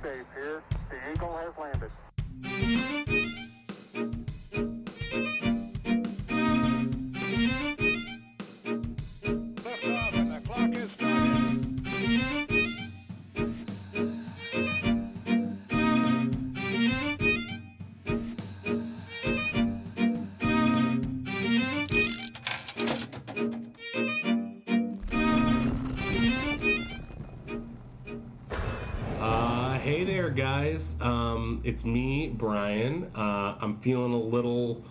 Dave here. The Eagle has landed. Liftoff and the clock is started. Uh, hey there, guys. Um, it's me, Brian. Uh, I'm feeling a little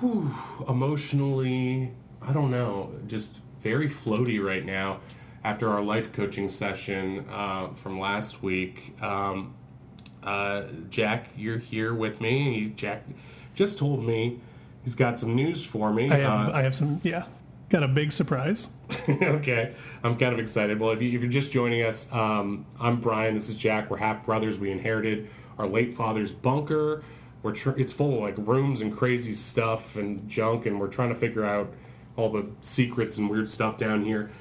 whew, emotionally, I don't know, just very floaty right now after our life coaching session uh, from last week. Um, uh, Jack, you're here with me. and He, Jack just told me he's got some news for me. I have, Uh, I have some, yeah. Got a big surprise. okay, I'm kind of excited. Well, if, you, if you're just joining us, um, I'm Brian. This is Jack. We're half brothers. We inherited our late father's bunker. We're tr- it's full of like rooms and crazy stuff and junk, and we're trying to figure out all the secrets and weird stuff down here.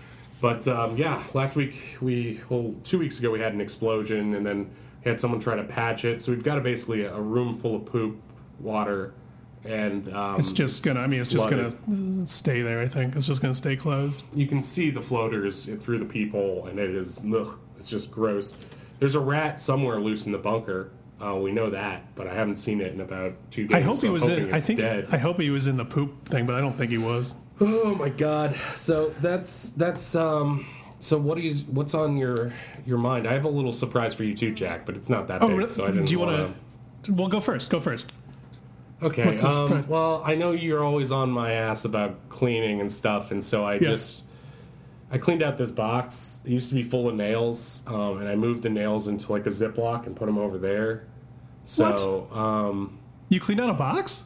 But um, yeah, last week we well two weeks ago we had an explosion, and then had someone try to patch it. So we've got a, basically a, a room full of poop, water, and um, It's just gonna, I mean, it's just gonna stay there, I think. It's just gonna stay closed. you can see the floaters through the people, and it is ugh, it's just gross. There's a rat somewhere loose in the bunker. Uh, we know that, but I haven't seen it in about two days. I hope so he I'm was in, hoping I it's think, dead. I hope he was in the poop thing, but I don't think he was. oh my god! So that's that's um. So what is what's on your your mind? I have a little surprise for you too, Jack, but it's not that Oh, big. really? So I didn't do you wanna- want to? Well, go first. Go first. Okay. What's the um, surprise? well, I know you're always on my ass about cleaning and stuff, and so I just I cleaned out this box. It used to be full of nails, um, and I moved the nails into like a Ziploc and put them over there. So um, You cleaned out a box?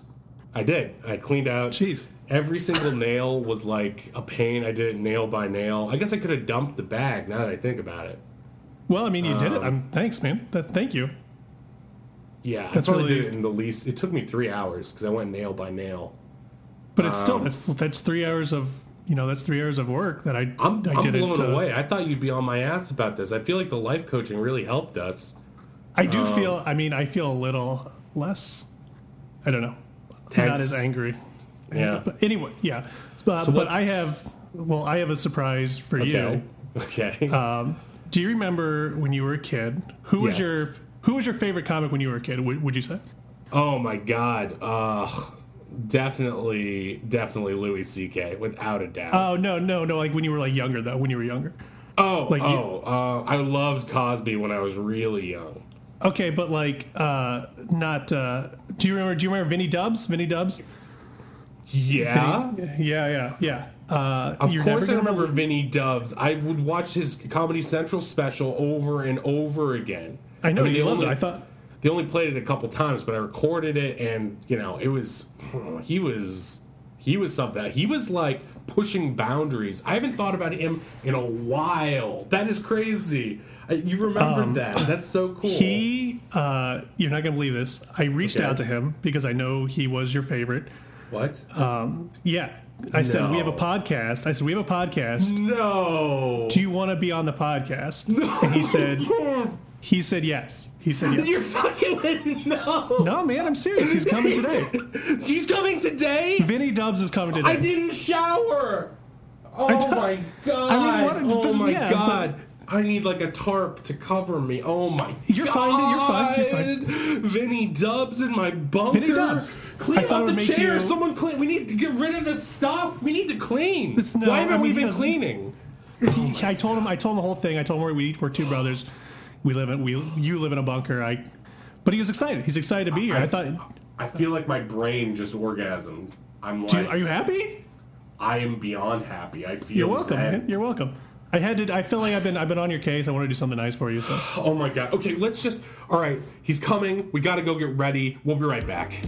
I did. I cleaned out. Jeez. Every single nail was like a pain. I did it nail by nail. I guess I could have dumped the bag. Now that I think about it. Well, I mean, you did Um, it. I'm thanks, man. That, thank you. Yeah, That's I probably really- did it in the least. It took me three hours because I went nail by nail. But it's um, still that's that's three hours of you know that's three hours of work that I I'm, I I'm did blown it. uh, away. I thought you'd be on my ass about this. I feel like the life coaching really helped us. I do Um, feel. I mean, I feel a little less. I don't know. Not Tense. as angry. Yeah. But anyway, yeah. Uh, So but I what's- have. Well, I have a surprise for Okay. you. Uh, Okay. Do you remember when you were a kid? Who was Yes. your Who was your favorite comic when you were a kid? Would, would you say? oh my god. Ugh. Definitely, definitely Louis C.K. without a doubt. Oh no, no, no! Like when you were like younger, though. When you were younger. oh, like you- oh. uh, I loved Cosby when I was really young. Okay, but like uh not uh do you remember do you remember Vinny Dubs? Vinny Dubs? Yeah. Yeah, yeah, yeah. Uh Of you're course, I never gonna remember believe- Vinny Doves. I would watch his Comedy Central special over and over again. I know they you loved it. only- I thought They only played it a couple times, but I recorded it, and you know, it was hmm, he was he was something. He was like pushing boundaries. I haven't thought about him in a while. That is crazy. I, you remembered that? That's so cool. Um, he uh you're not gonna believe this. I reached Okay. out to him because I know he was your favorite. what? uh, Yeah. I said we have a No. podcast. I said we have a podcast. no. Do you wanna be on the podcast? And he said he said yes. He said yes. You're fucking no. No man, I'm serious. He's coming today. He's coming today. Vinny Dubs is coming today. I didn't shower. Oh t- my god. I mean, what- oh this- my yeah, but- god. I need like a tarp to cover me. Oh my You're god. fine, dude, you're fine, you're fine. Vinny Dubs in my bunker. Vinny Dubs. Clean I out thought the it would make chair. you- Someone clean. We need to get rid of the stuff. We need to clean. It's no- Why haven't I mean, we he been doesn't- cleaning? He- I told him. I told him the whole thing. I told him we're, we we're two brothers. We live in we you live in a bunker. I, but he was excited. He's excited to be here. I, thought. I feel like my brain just orgasmed. I'm Do like, you, are you happy? I am beyond happy. I feel You're welcome. zen. Man. You're welcome. I had to. I feel like I've been. I've been on your case. I want to do something nice for you. So Oh my god. Okay, let's just. All right, he's coming. We gotta go get ready. We'll be right back.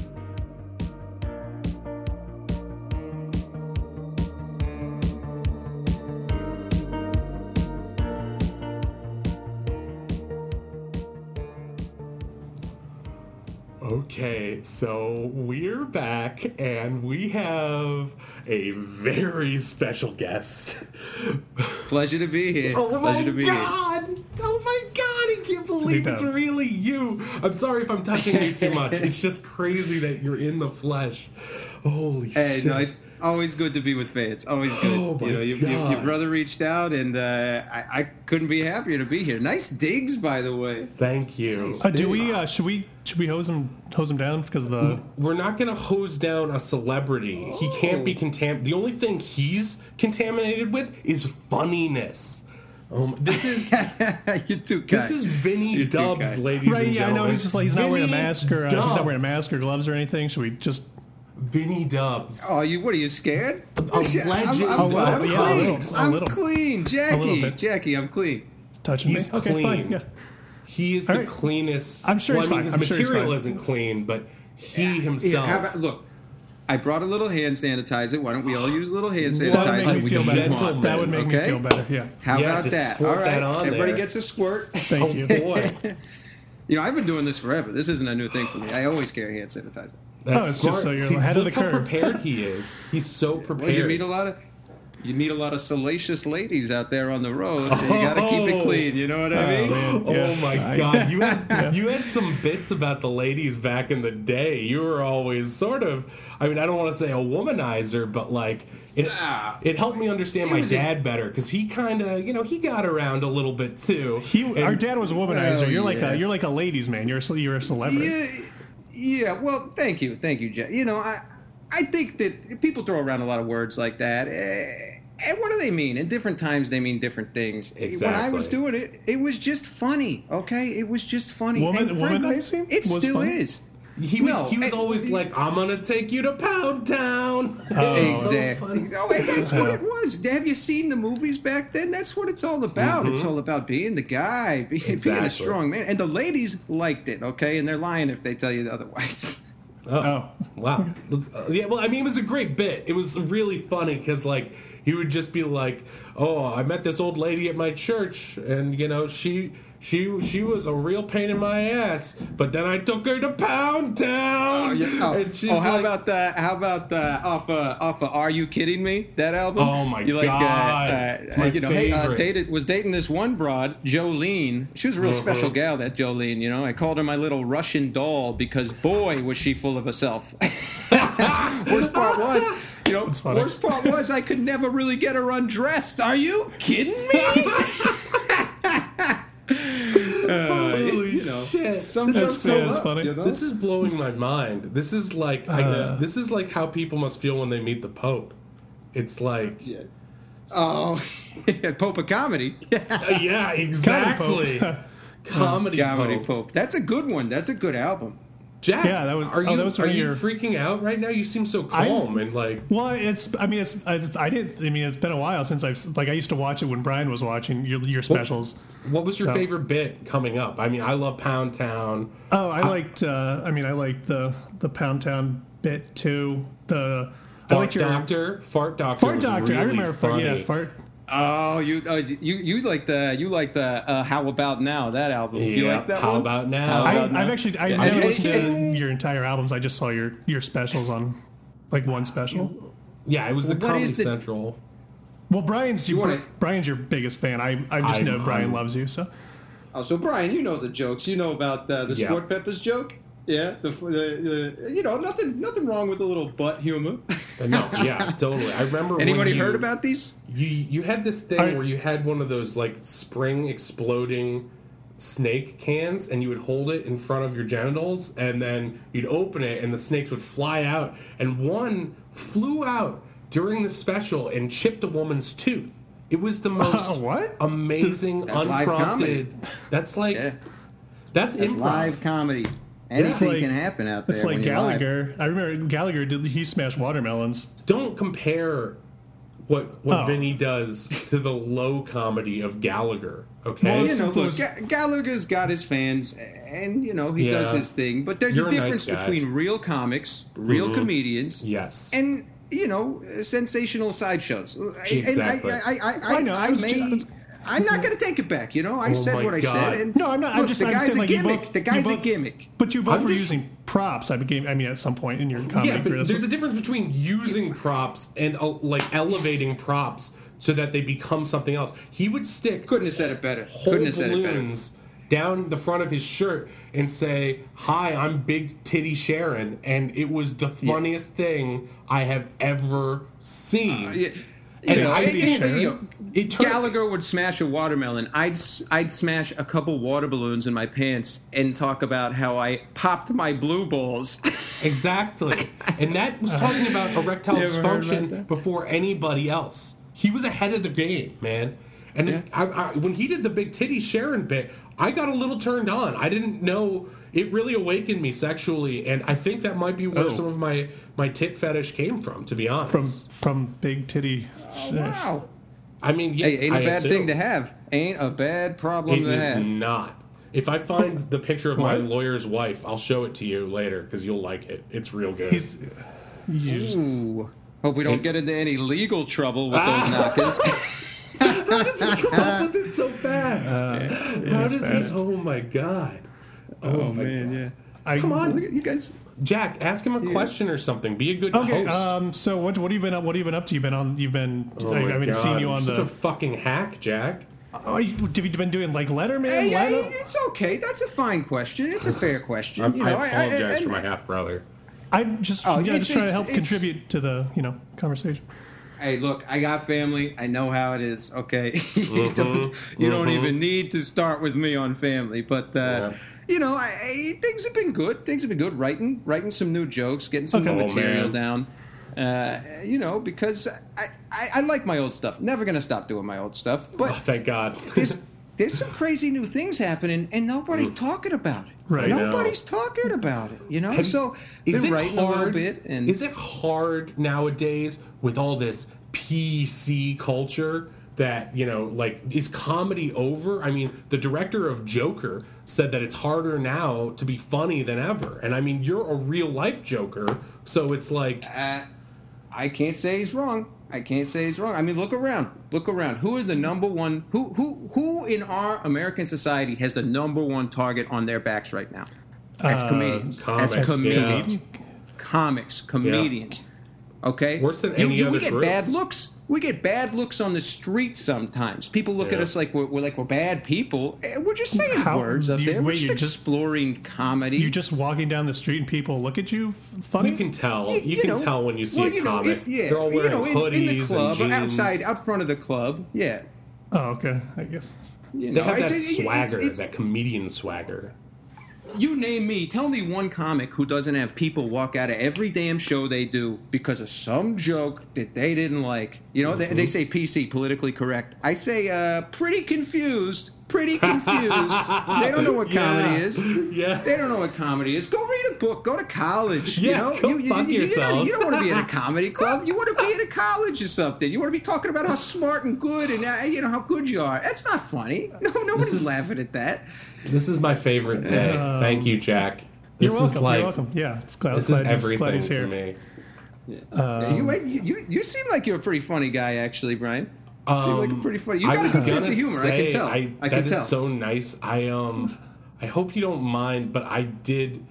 Okay, so we're back and we have a very special guest. Pleasure to be here. Oh Pleasure my to be here. god! Oh my god! I can't believe believe it's does. really you. I'm sorry if I'm touching you too much. It's just crazy that you're in the flesh. Holy Hey, shit! no, it's always good to be with Faye. It's always good. Oh, my you know, you, you- God. your brother reached out, and uh, I, I couldn't be happier to be here. Nice digs, by the way. Thank you. Uh, do we? Uh, should we? Should we hose him? Hose him down because of the. We're not going to hose down a celebrity. He can't Oh. be contaminated. The only thing he's contaminated with is funniness. Um, this is You're too kind. this is Vinny You're too Dubs, kind. ladies Right, and yeah, I gentlemen. know. He's just like he's not wearing a Vinny mask or uh, he's not wearing a Dubs. mask or gloves or anything. Should we just? Vinny Dubs. Oh, you? What are you scared? A Oh, legend I'm, of I'm, I'm the clean. comics. A I'm little- clean, Jackie. bit. Jackie, I'm clean. touching He's me. Okay, fine. clean. Yeah. He is All the right. cleanest. I'm sure he's I mean, fine. His I'm sure he's material fine. isn't clean, but he Here, himself. how about- look, I brought a little hand sanitizer. Why don't we all use a little hand That would sanitizer? make me we feel just better. want. That would make me okay? feel better. Yeah. How Yeah, about just that? All squirt right, that on everybody there. gets a squirt. oh Thank you. boy, You know, I've been doing this forever. This isn't a new thing for me. I always carry hand sanitizer. that's Oh, it's just smart. so you're See, ahead of look the how curve. prepared he is. He's so prepared. Well, you meet a lot of you meet a lot of salacious ladies out there on the road. So you got to keep it Oh. clean. You know what I mean? man. Oh Yeah. my I- god, you had you had some bits about the ladies back in the day. You were always sort of I mean, I don't want to say a womanizer, but like it Ah. it helped me understand my was a- dad better cuz he kind of, you know, he got around a little bit too. He, our And- oh, dad was a womanizer. Well, you're like yeah. a, you're like a ladies' man. You're a, ce- you're a celebrity. Yeah, yeah. Well, thank you, thank you, Jeff. You know, I I think that people throw around a lot of words like that, eh, and what do they mean? In different times, they mean different things. Eh, When I was Exactly. doing it, it was just funny. Okay, it was just funny. Woman- And frankly, womanizing It was still funny? is. He was, No, he was I- always like, "I'm gonna take you to Pound Town." Oh. It's so Exactly. funny. oh, and that's what it was. Have you seen the movies back then? That's what it's all about. It's all about being the guy, be, being Exactly. a strong man. And the ladies liked it, okay? And they're lying if they tell you otherwise. Oh, Wow. Uh, Yeah, well, I mean, it was a great bit. It was really funny because, like, he would just be like, "Oh, I met this old lady at my church, and you know, she." She, she was a real pain in my ass, but then I took her to Pound Town, Oh, yeah. oh. and she's Oh, how like, about the how about the off uh, off of Are You Kidding Me that album? Oh, my You like, God. Uh, uh, It's my you know, hey, uh, favorite. dated was dating this one broad, Jolene. She was a real Uh-huh. special gal, that Jolene. You know, I called her my little Russian doll because boy was she full of herself. worst part was, you know, funny. worst part was I could never really get her undressed. Are you kidding me? Uh, Holy you know, shit. Some, This some, is- some yeah, it's up, funny. Uh. you know? "This is blowing my mind. This is like I, this is like how people must feel when they meet the Pope. It's like, Yeah. Oh, Pope of Comedy. Uh, yeah, exactly, comedy, Comedy Pope. Pope. That's a good one. That's a good album. Jack, Yeah, that was- Are oh, you that was are one of you your- freaking out right now? You seem so calm and like. well, it's. I mean, it's, it's. I didn't. I mean, it's been a while since I've s- like I used to watch it when Brian was watching your your specials. What was your So- favorite bit coming up? I mean, I love Pound Town. Oh, I liked. Uh, I mean, I liked the the Pound Town bit too. The I Fart liked your Doctor, Fart Doctor, fart was doctor. I really remember. Fart, funny. yeah, fart. Oh, you uh, you you like the you like the uh, How About Now that album? You Yeah, like that How one? About Now? I, How About I've Now? actually. I Yeah. never Okay. listened to your entire albums. I just saw your your specials on like one special. Yeah, it was the What Comedy is the- Central. Well, Brian's you wanna- Brian's your biggest fan. I I just I'm- know Brian I'm- loves you. So Oh, so Brian, you know the jokes. You know about uh, the Yeah. Sport Peppers joke. Yeah, the, the, the you know nothing nothing wrong with a little butt humor. Uh, No, yeah, totally. I remember. when Anybody you- heard about these? you? You had this thing I- where you had one of those like spring exploding snake cans, and you would hold it in front of your genitals, and then you'd open it, and the snakes would fly out, and one flew out during the special and chipped a woman's tooth. It was the most what? amazing, That's live unprompted. That's like Yeah, that's, it's improv. live comedy. Anything like- can happen out there. it's like when you're live. Gallagher. I remember Gallagher did he smashed watermelons. Don't compare what what Oh. Vinny does to the low comedy of Gallagher. Okay, Well, you know, Simple look, as- Ga- Gallagher's got his fans, and you know he Yeah. does his thing. But there's You're a a nice difference guy. between real comics, real Mm-hmm. comedians, yes, and you know uh, sensational sideshows. I- Exactly. And I, I, I, I, I know, I I, was may. ju- I'm not going to take it back. You know, I Oh said my what I God. said. And No, I'm not. I'm look, just. the I'm guy's saying a like you gimmick. both. the you guy's a both- gimmick. But you both I'm were just- using props. I became. I mean, at some point in your comedy yeah, career, but that's there's a what- difference between using props and uh, like elevating props so that they become something else. He would stick Couldn't have said it better. whole Couldn't have said it better. balloons down the front of his shirt and say, "Hi, I'm Big Titty Sharon," and it was the funniest thing I have ever seen. Uh, Yeah. And You know, I- it- it- sure. you know, It turned- Gallagher would smash a watermelon. I'd s- I'd smash a couple water balloons in my pants and talk about how I popped my blue balls. Exactly. And that was talking about erectile You ever heard about dysfunction that? before anybody else. He was ahead of the game, man. And Yeah. I, I, when he did the big titty Sharon bit, I got a little turned on. I didn't know it really awakened me sexually, and I think that might be where Oh. some of my my tit fetish came from. To be honest, from from big titty. wow, I mean, yeah, hey, ain't a I bad assume. thing to have. Ain't a bad problem It to is have. not. If I find the picture of my What? lawyer's wife, I'll show it to you later because you'll like it. It's real good. He's you just- Ooh, hope we don't It- Ah! get into any legal trouble with those knockers. How does he come up with it so fast? How is does fast. he? Oh my god! Oh, my god! I, Come on, Look at you guys. Jack. Ask him a question or something. Be a good Okay. host. Um. So what what have you been up? What have you been up to? You've been on. You've been. Oh I, I my haven't seen God, you you're on such the. a fucking hack, Jack. oh, you, have you been doing like Letterman? Hey, hey, Leno- it's okay. That's a fine question. It's a fair question. I'm, You know, I apologize and- for my half brother. I'm just. Oh, yeah, it's- just trying to it's- help it's- contribute to the you know conversation. Hey, look, I got family. I know how it is. Okay, you Mm-hmm. don't, you don't mhm. even need to start with me on family, but uh, Yeah. you know, I, I, things have been good. Things have been good. Writing, writing some new jokes, getting some Okay. new Oh, material man. down. Uh, you know, because I, I, I like my old stuff. Never gonna stop doing my old stuff. But Oh, thank God. there's there's some crazy new things happening, and nobody's Mm. talking about it. Right. I know. Nobody's talking about it. You know, Have you- so is been it writing hard? a little bit, and is it hard nowadays with all this PC culture that you know, like, is comedy over? I mean, the director of Joker said that it's harder now to be funny than ever, and I mean, you're a real life Joker, so it's like, Uh, I can't say he's wrong. I can't say he's wrong. I mean, look around. Look around. Who is the number one? Who who who in our American society has the number one target on their backs right now? That's Uh, comedians. comics, That's comedians. yeah. Comics. Comedians. Okay. Worse than any other We get group. bad looks. We get bad looks on the street sometimes. People look at Yeah. us like we're, we're like we're bad people. Eh, We're just saying How- words up you- there. wait, we're just you just- exploring comedy. You're just walking down the street and people look at you f- funny. you can tell, Y- you, can know, tell when you see well, a you know, comic. if- yeah, They're all you wearing know, in, hoodies in the club, and jeans. outside, out front of the club. Yeah, Oh, okay. I guess. you They know, have that it's- it's- swagger, it's- that comedian swagger. you name me. Tell me one comic who doesn't have people walk out of every damn show they do because of some joke that they didn't like. You know, they, Mm-hmm. they say PC, politically correct. I say, uh, pretty confused. Pretty confused. they don't know what comedy Yeah. is. Yeah. They don't know what comedy is. Go read a book. Go to college. Yeah, you know? go you, you- fuck you- you don't- yourselves. You don't, want to be in a comedy club. You want to be in a college or something. You want to be talking about how smart and good and uh, you know how good you are. That's not funny. No, nobody's is- laughing at that. This is my favorite Oh. day. Um, Thank you, Jack. This You're welcome. is like you're welcome. Yeah, it's glad, this is glad, he's- everything glad he's here. Uh, to me. Um, you, you you seem like you're a pretty funny guy, actually, Brian. You seem like a Um, pretty funny. You I got a was good gonna sense of humor. I say, can tell. I, that can is tell. so nice. I um, I hope you don't mind, but I did.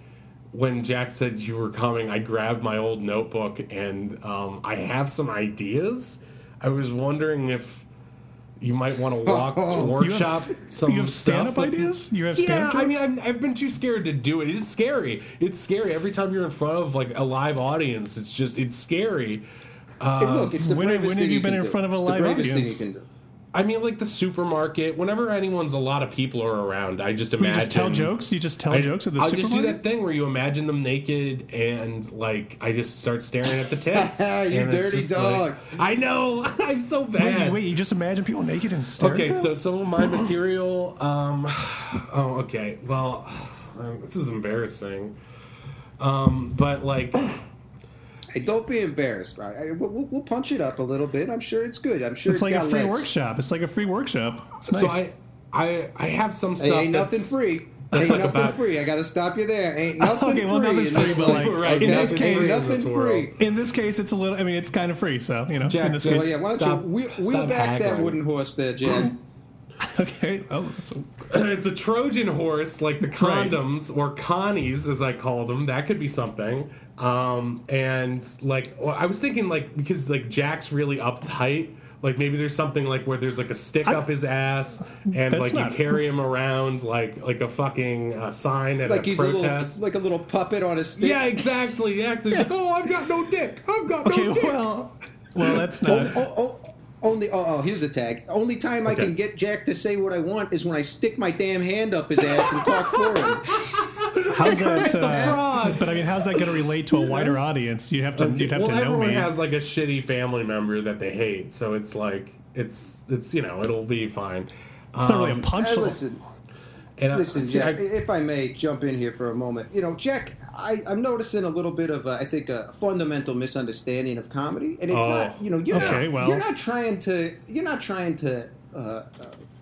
When Jack said you were coming, I grabbed my old notebook and um, I have some ideas. I was wondering if you might want to walk You have- workshop some You have stuff stand-up with- ideas. You have Yeah, stand-up. I mean, jokes? I've, I've been too scared to do it. It's scary. It's scary every time you're in front of like a live audience. It's just it's scary. Hey, look, it's the when- bravest when have thing you been can in do. front of a The live bravest thing audience? you can do. I mean, like the supermarket. Whenever anyone's a lot of people are around, I just you imagine just tell jokes. You just tell I, jokes at the I'll supermarket. just do that thing where you imagine them naked and like I just start staring at the tits. You And it's dirty just like- dog. I know. I'm so Wait, bad. you- wait, you just imagine people naked and staring. Okay, at so them? some of my material. Um, oh, okay. Well, um, this is embarrassing. Um, but like, Hey, don't be embarrassed, Brian. I- We'll, we'll- we'll punch it up a little bit. I'm sure it's good. I'm sure it's like a got free legs. workshop. It's like a free workshop. It's nice. so I, I, I have some Hey, stuff. ain't nothing that's- free. Ain't like nothing about- free. I gotta stop you there. Ain't nothing Okay, free. well, nothing's in free, this but, world. like, Right, Okay, in this ain't case- nothing this world. free. in this case, it's a little. I mean, it's kind of free. So you know, Jack, in this just- case, Well, yeah, why don't Stop- you wheel, wheel stop back that haggling. wooden horse there, Jan? okay. Oh, that's a, it's a Trojan horse, like the condoms or connies, as I call them. That could be something. Um, and like, well, I was thinking, like, because like Jack's really uptight. Like maybe there's something like where there's like a stick up his ass, and That's like you not- carry him around like like a fucking uh, sign at Like a he's protest. a little, like a little puppet on a stick. yeah, exactly. Yeah, exactly. He's like, oh, I've got no dick. I've got Okay, no dick. well, well, that's Oh, not. oh, oh, only oh, oh here's the tag. Only time I Okay. can get Jack to say what I want is when I stick my damn hand up his ass and talk for him. How's that? the Uh, fraud. but I mean, how's that going to relate to a wider audience? You'd have to. You'd have well, to know everyone me. has like a shitty family member that they hate, so it's like it's it's you know it'll be fine. it's not really um, a Hey, punch. listen, And I- listen, see, Jack. I- if I may jump in here for a moment, you know, Jack, I, I'm noticing a little bit of, uh, I think, a fundamental misunderstanding of comedy, and it's Oh. not, you know, you're Okay, not, well. you're not trying to, you're not trying to. Uh, uh,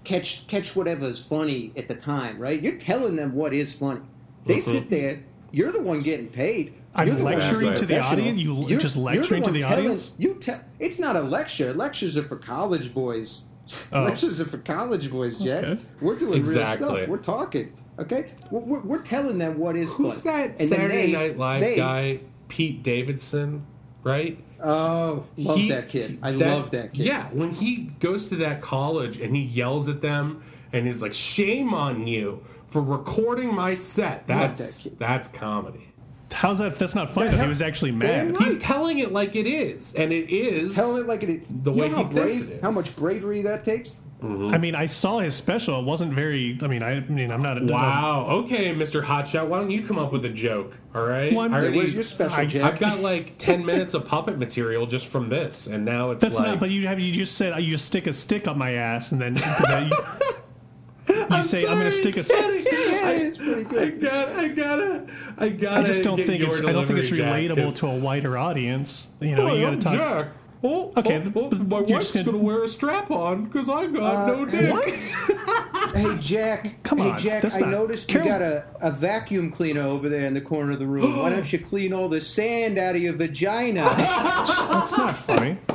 Catch catch whatever's funny at the time, right? You're telling them what is funny. They sit there. You're the one getting paid. You're Mm-hmm. I'm the one who's lecturing Right. to the professional. audience. You You're- just you're lecturing to one the telling- audience. You tell. It's not a lecture. Lectures are for college boys. Oh. Lectures are for college boys, Jack. Okay. We're doing Exactly. real stuff. We're talking. Okay, we're, we're, we're telling them what is who's fun. that then Saturday they- Night Live they- guy? Pete Davidson, right? Oh, love He- that kid. I love that kid. Yeah, when he goes to that college and he yells at them and is like, "Shame on you for recording my set." That's kid. that's comedy. How's that? That's not funny. Yeah, though. hell- He was actually Damn mad. right. He's telling it like it is, and it is. Telling it like it is. The you way know he how thinks brave, it is. how much bravery that takes. I mean, I saw his special. It wasn't very. I mean, I, I mean, I'm not. Wow. Okay, Mr. Hotshot, why don't you come up with a joke? All right. Well, I'm- I Hey, already- where's your special, I, Jack? I've got like ten minutes of puppet material just from this, and now it's That's like not. But you have. You just said you stick a stick up my ass, and then you, you say I'm going to stick a. stick. Yeah, it's pretty I good. got. I gotta. I gotta. I just don't Uh, get think your it's. I don't think it's delivery, Jack, relatable 'cause- to a wider audience. You know, you Hey, got to I'm talk. Jack. Oh, Okay, okay. but- but my you're wife's just gonna- gonna, wear a strap on because I got Uh, no dick. What? Hey Jack, Come on, Hey Jack, that's I not- noticed Carol's- you got a, a vacuum cleaner over there in the corner of the room. Why don't you clean all the sand out of your vagina? That's not funny.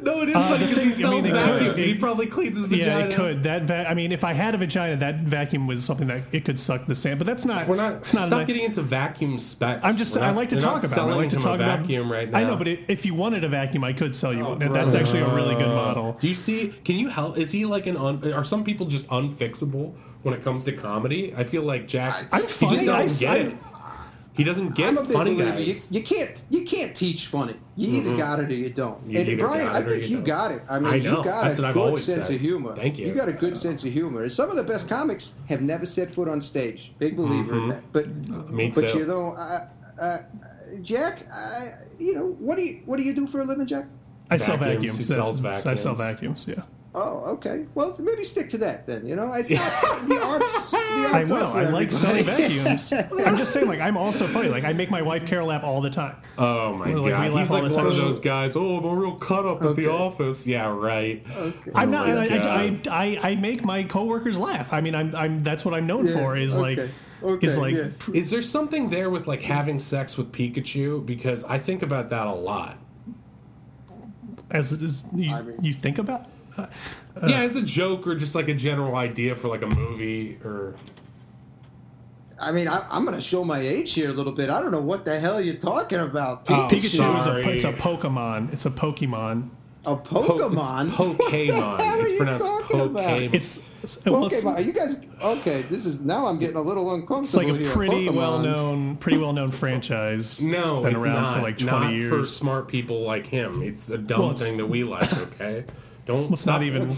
No, it is Uh, funny the because he thing- I mean, sells it could. vacuums. He It- probably cleans his Yeah, vagina. it could. That va- I mean, if I had a vagina, that vacuum was something that it could suck the sand. But that's not. We're not. It's not. stop like- getting into vacuum specs. I'm just. We're not- I like to they're talk not about. it. I selling like to him talk a about vacuum right now. Oh, I know, but it, if you wanted a vacuum, I could sell you one. That- That's Bro. actually a really good model. Do you see? Can you help? Is he like an? Un, are some people just unfixable when it comes to comedy? I feel like Jack. I'm funny. He just doesn't I- get it. He doesn't get I'm a big funny believer. guys. Mm-hmm. You, you can't you can't teach funny. You either got it or you don't. You and either Brian, got I it or think you you, don't. got it. I mean, I know. you got That's a what I've good always sense said. of humor. Thank you. You got a good sense of humor. Some of the best comics have never set foot on stage. Big believer in that. But Mm-hmm. me but too. you know, uh, uh, Jack, uh, you know what do you what do you do for a living, Jack? I sell Vacuums, vacuums. he That's- sells I sell vacuums. vacuums. Yeah. Oh, okay. Well, maybe stick to that then. You know, it's not the arts. The I arts will. aren't for I like selling everybody. vacuums. I'm just saying, like, I'm also funny. Like, I make my wife Carol laugh all the time. Oh my We're like, we god, laugh he's all like the one of time. those guys. Oh, I'm a real cut up at Okay. the office. Yeah, right. I'm Oh not. my I, I, God. I, I, I make my coworkers laugh. I mean, I'm. I'm. That's what I'm known Yeah, for. Is like. okay. Okay, is like. yeah. Is there something there with like having sex with Pikachu? Because I think about that a lot. As, as you, I mean- you think about. Uh, yeah, as a joke or just like a general idea for like a movie or I mean, I, I'm going to show my age here a little bit. I don't know what the hell you're talking about. Oh, Pikachu is a. sorry. It's a Pokemon. It's a Pokemon. a Pokemon. Po- it's Pokemon. What the hell It's are you pronounced talking about? Pokemon. It's. it's- well, it's- Pokemon. Are you guys okay? This is now I'm getting a little It's like uncomfortable. a here. pretty Pokemon. well known, pretty well known franchise. No, it's been it's around not. for like twenty not for years. smart people like him. It's a dumb Well, it's- thing that we like. Okay, don't. it's not even-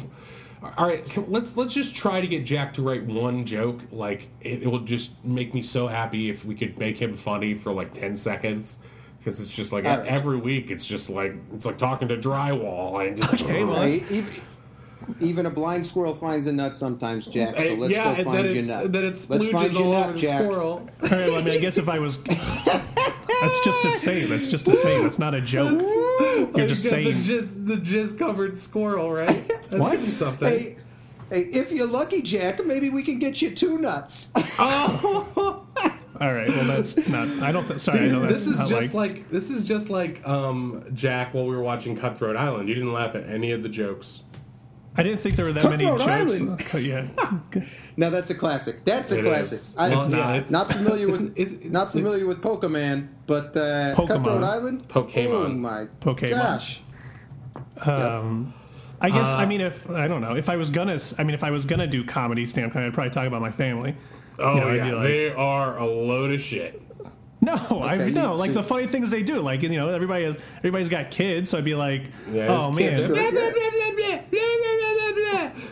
All right, can- let's let's just try to get Jack to write one joke. Like it, it will just make me so happy if we could make him funny for like ten seconds. Because it's just like All right. every week, it's just like it's like talking to drywall. And just, Okay, well, Right? Even, even a blind squirrel finds a nut sometimes, Jack. So Hey, let's yeah, go and find then your it's nut. then it Let's find splooges your all nut, over the Jack. squirrel. All right, well, I mean, I guess if I was, that's just a saying. That's just a saying. That's not a joke. You're Like, just the saying- jizz, the jizz covered squirrel, right? That's What? good Something. Hey, hey, if you're lucky, Jack, maybe we can get you two nuts. Oh! All right, well, that's not. I don't. Th- sorry, I know that's this is not just like, like. this is just like um, Jack while we were watching Cutthroat Island. You didn't laugh at any of the jokes. I didn't think there were that many Rhode jokes. Island. Okay, yeah, Now that's a classic. That's a It classic. is. I, It's yeah, not. It's- not familiar it's- with it's- it's- not familiar it's- with Pokemon, but uh, Oh Pokemon. Cutthroat Island. Pokemon. Oh my Pokemon. gosh! um, I guess Uh, I mean if I don't know if I was gonna s- I mean if I was gonna do comedy stand up I'd probably talk about my family. Oh You know, I'd yeah, be like- they are a load of shit. No, I Okay, no. you- Like so- the funny things they do. Like you know, everybody has everybody's got kids, so I'd be like, Yeah, oh his kids man, are- Blah, blah,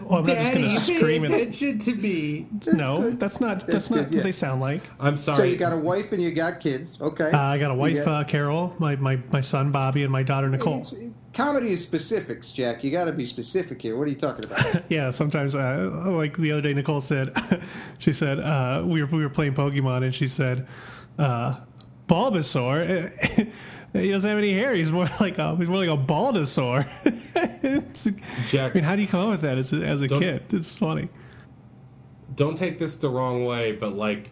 Well, I'm not just gonna scream at- to me. no, that's not that's, That's not good, yeah. what they sound like. I'm sorry. So you got a wife and you got kids. Okay. Uh, I got a wife, Yeah. uh, Carol, my, my my son Bobby, and my daughter Nicole. It's- comedy is specifics, Jack. You got to be specific here. What are you talking about? Yeah, sometimes uh, like the other day, Nicole said, she said uh, we were we were playing Pokemon, and she said, uh, Bulbasaur. eh, He doesn't have any hair. He's more like a he's more like a baldasaur. It's- Jack. I mean, how do you come up with that as a, as a Don't- kid? It's funny. Don't take this the wrong way, but like,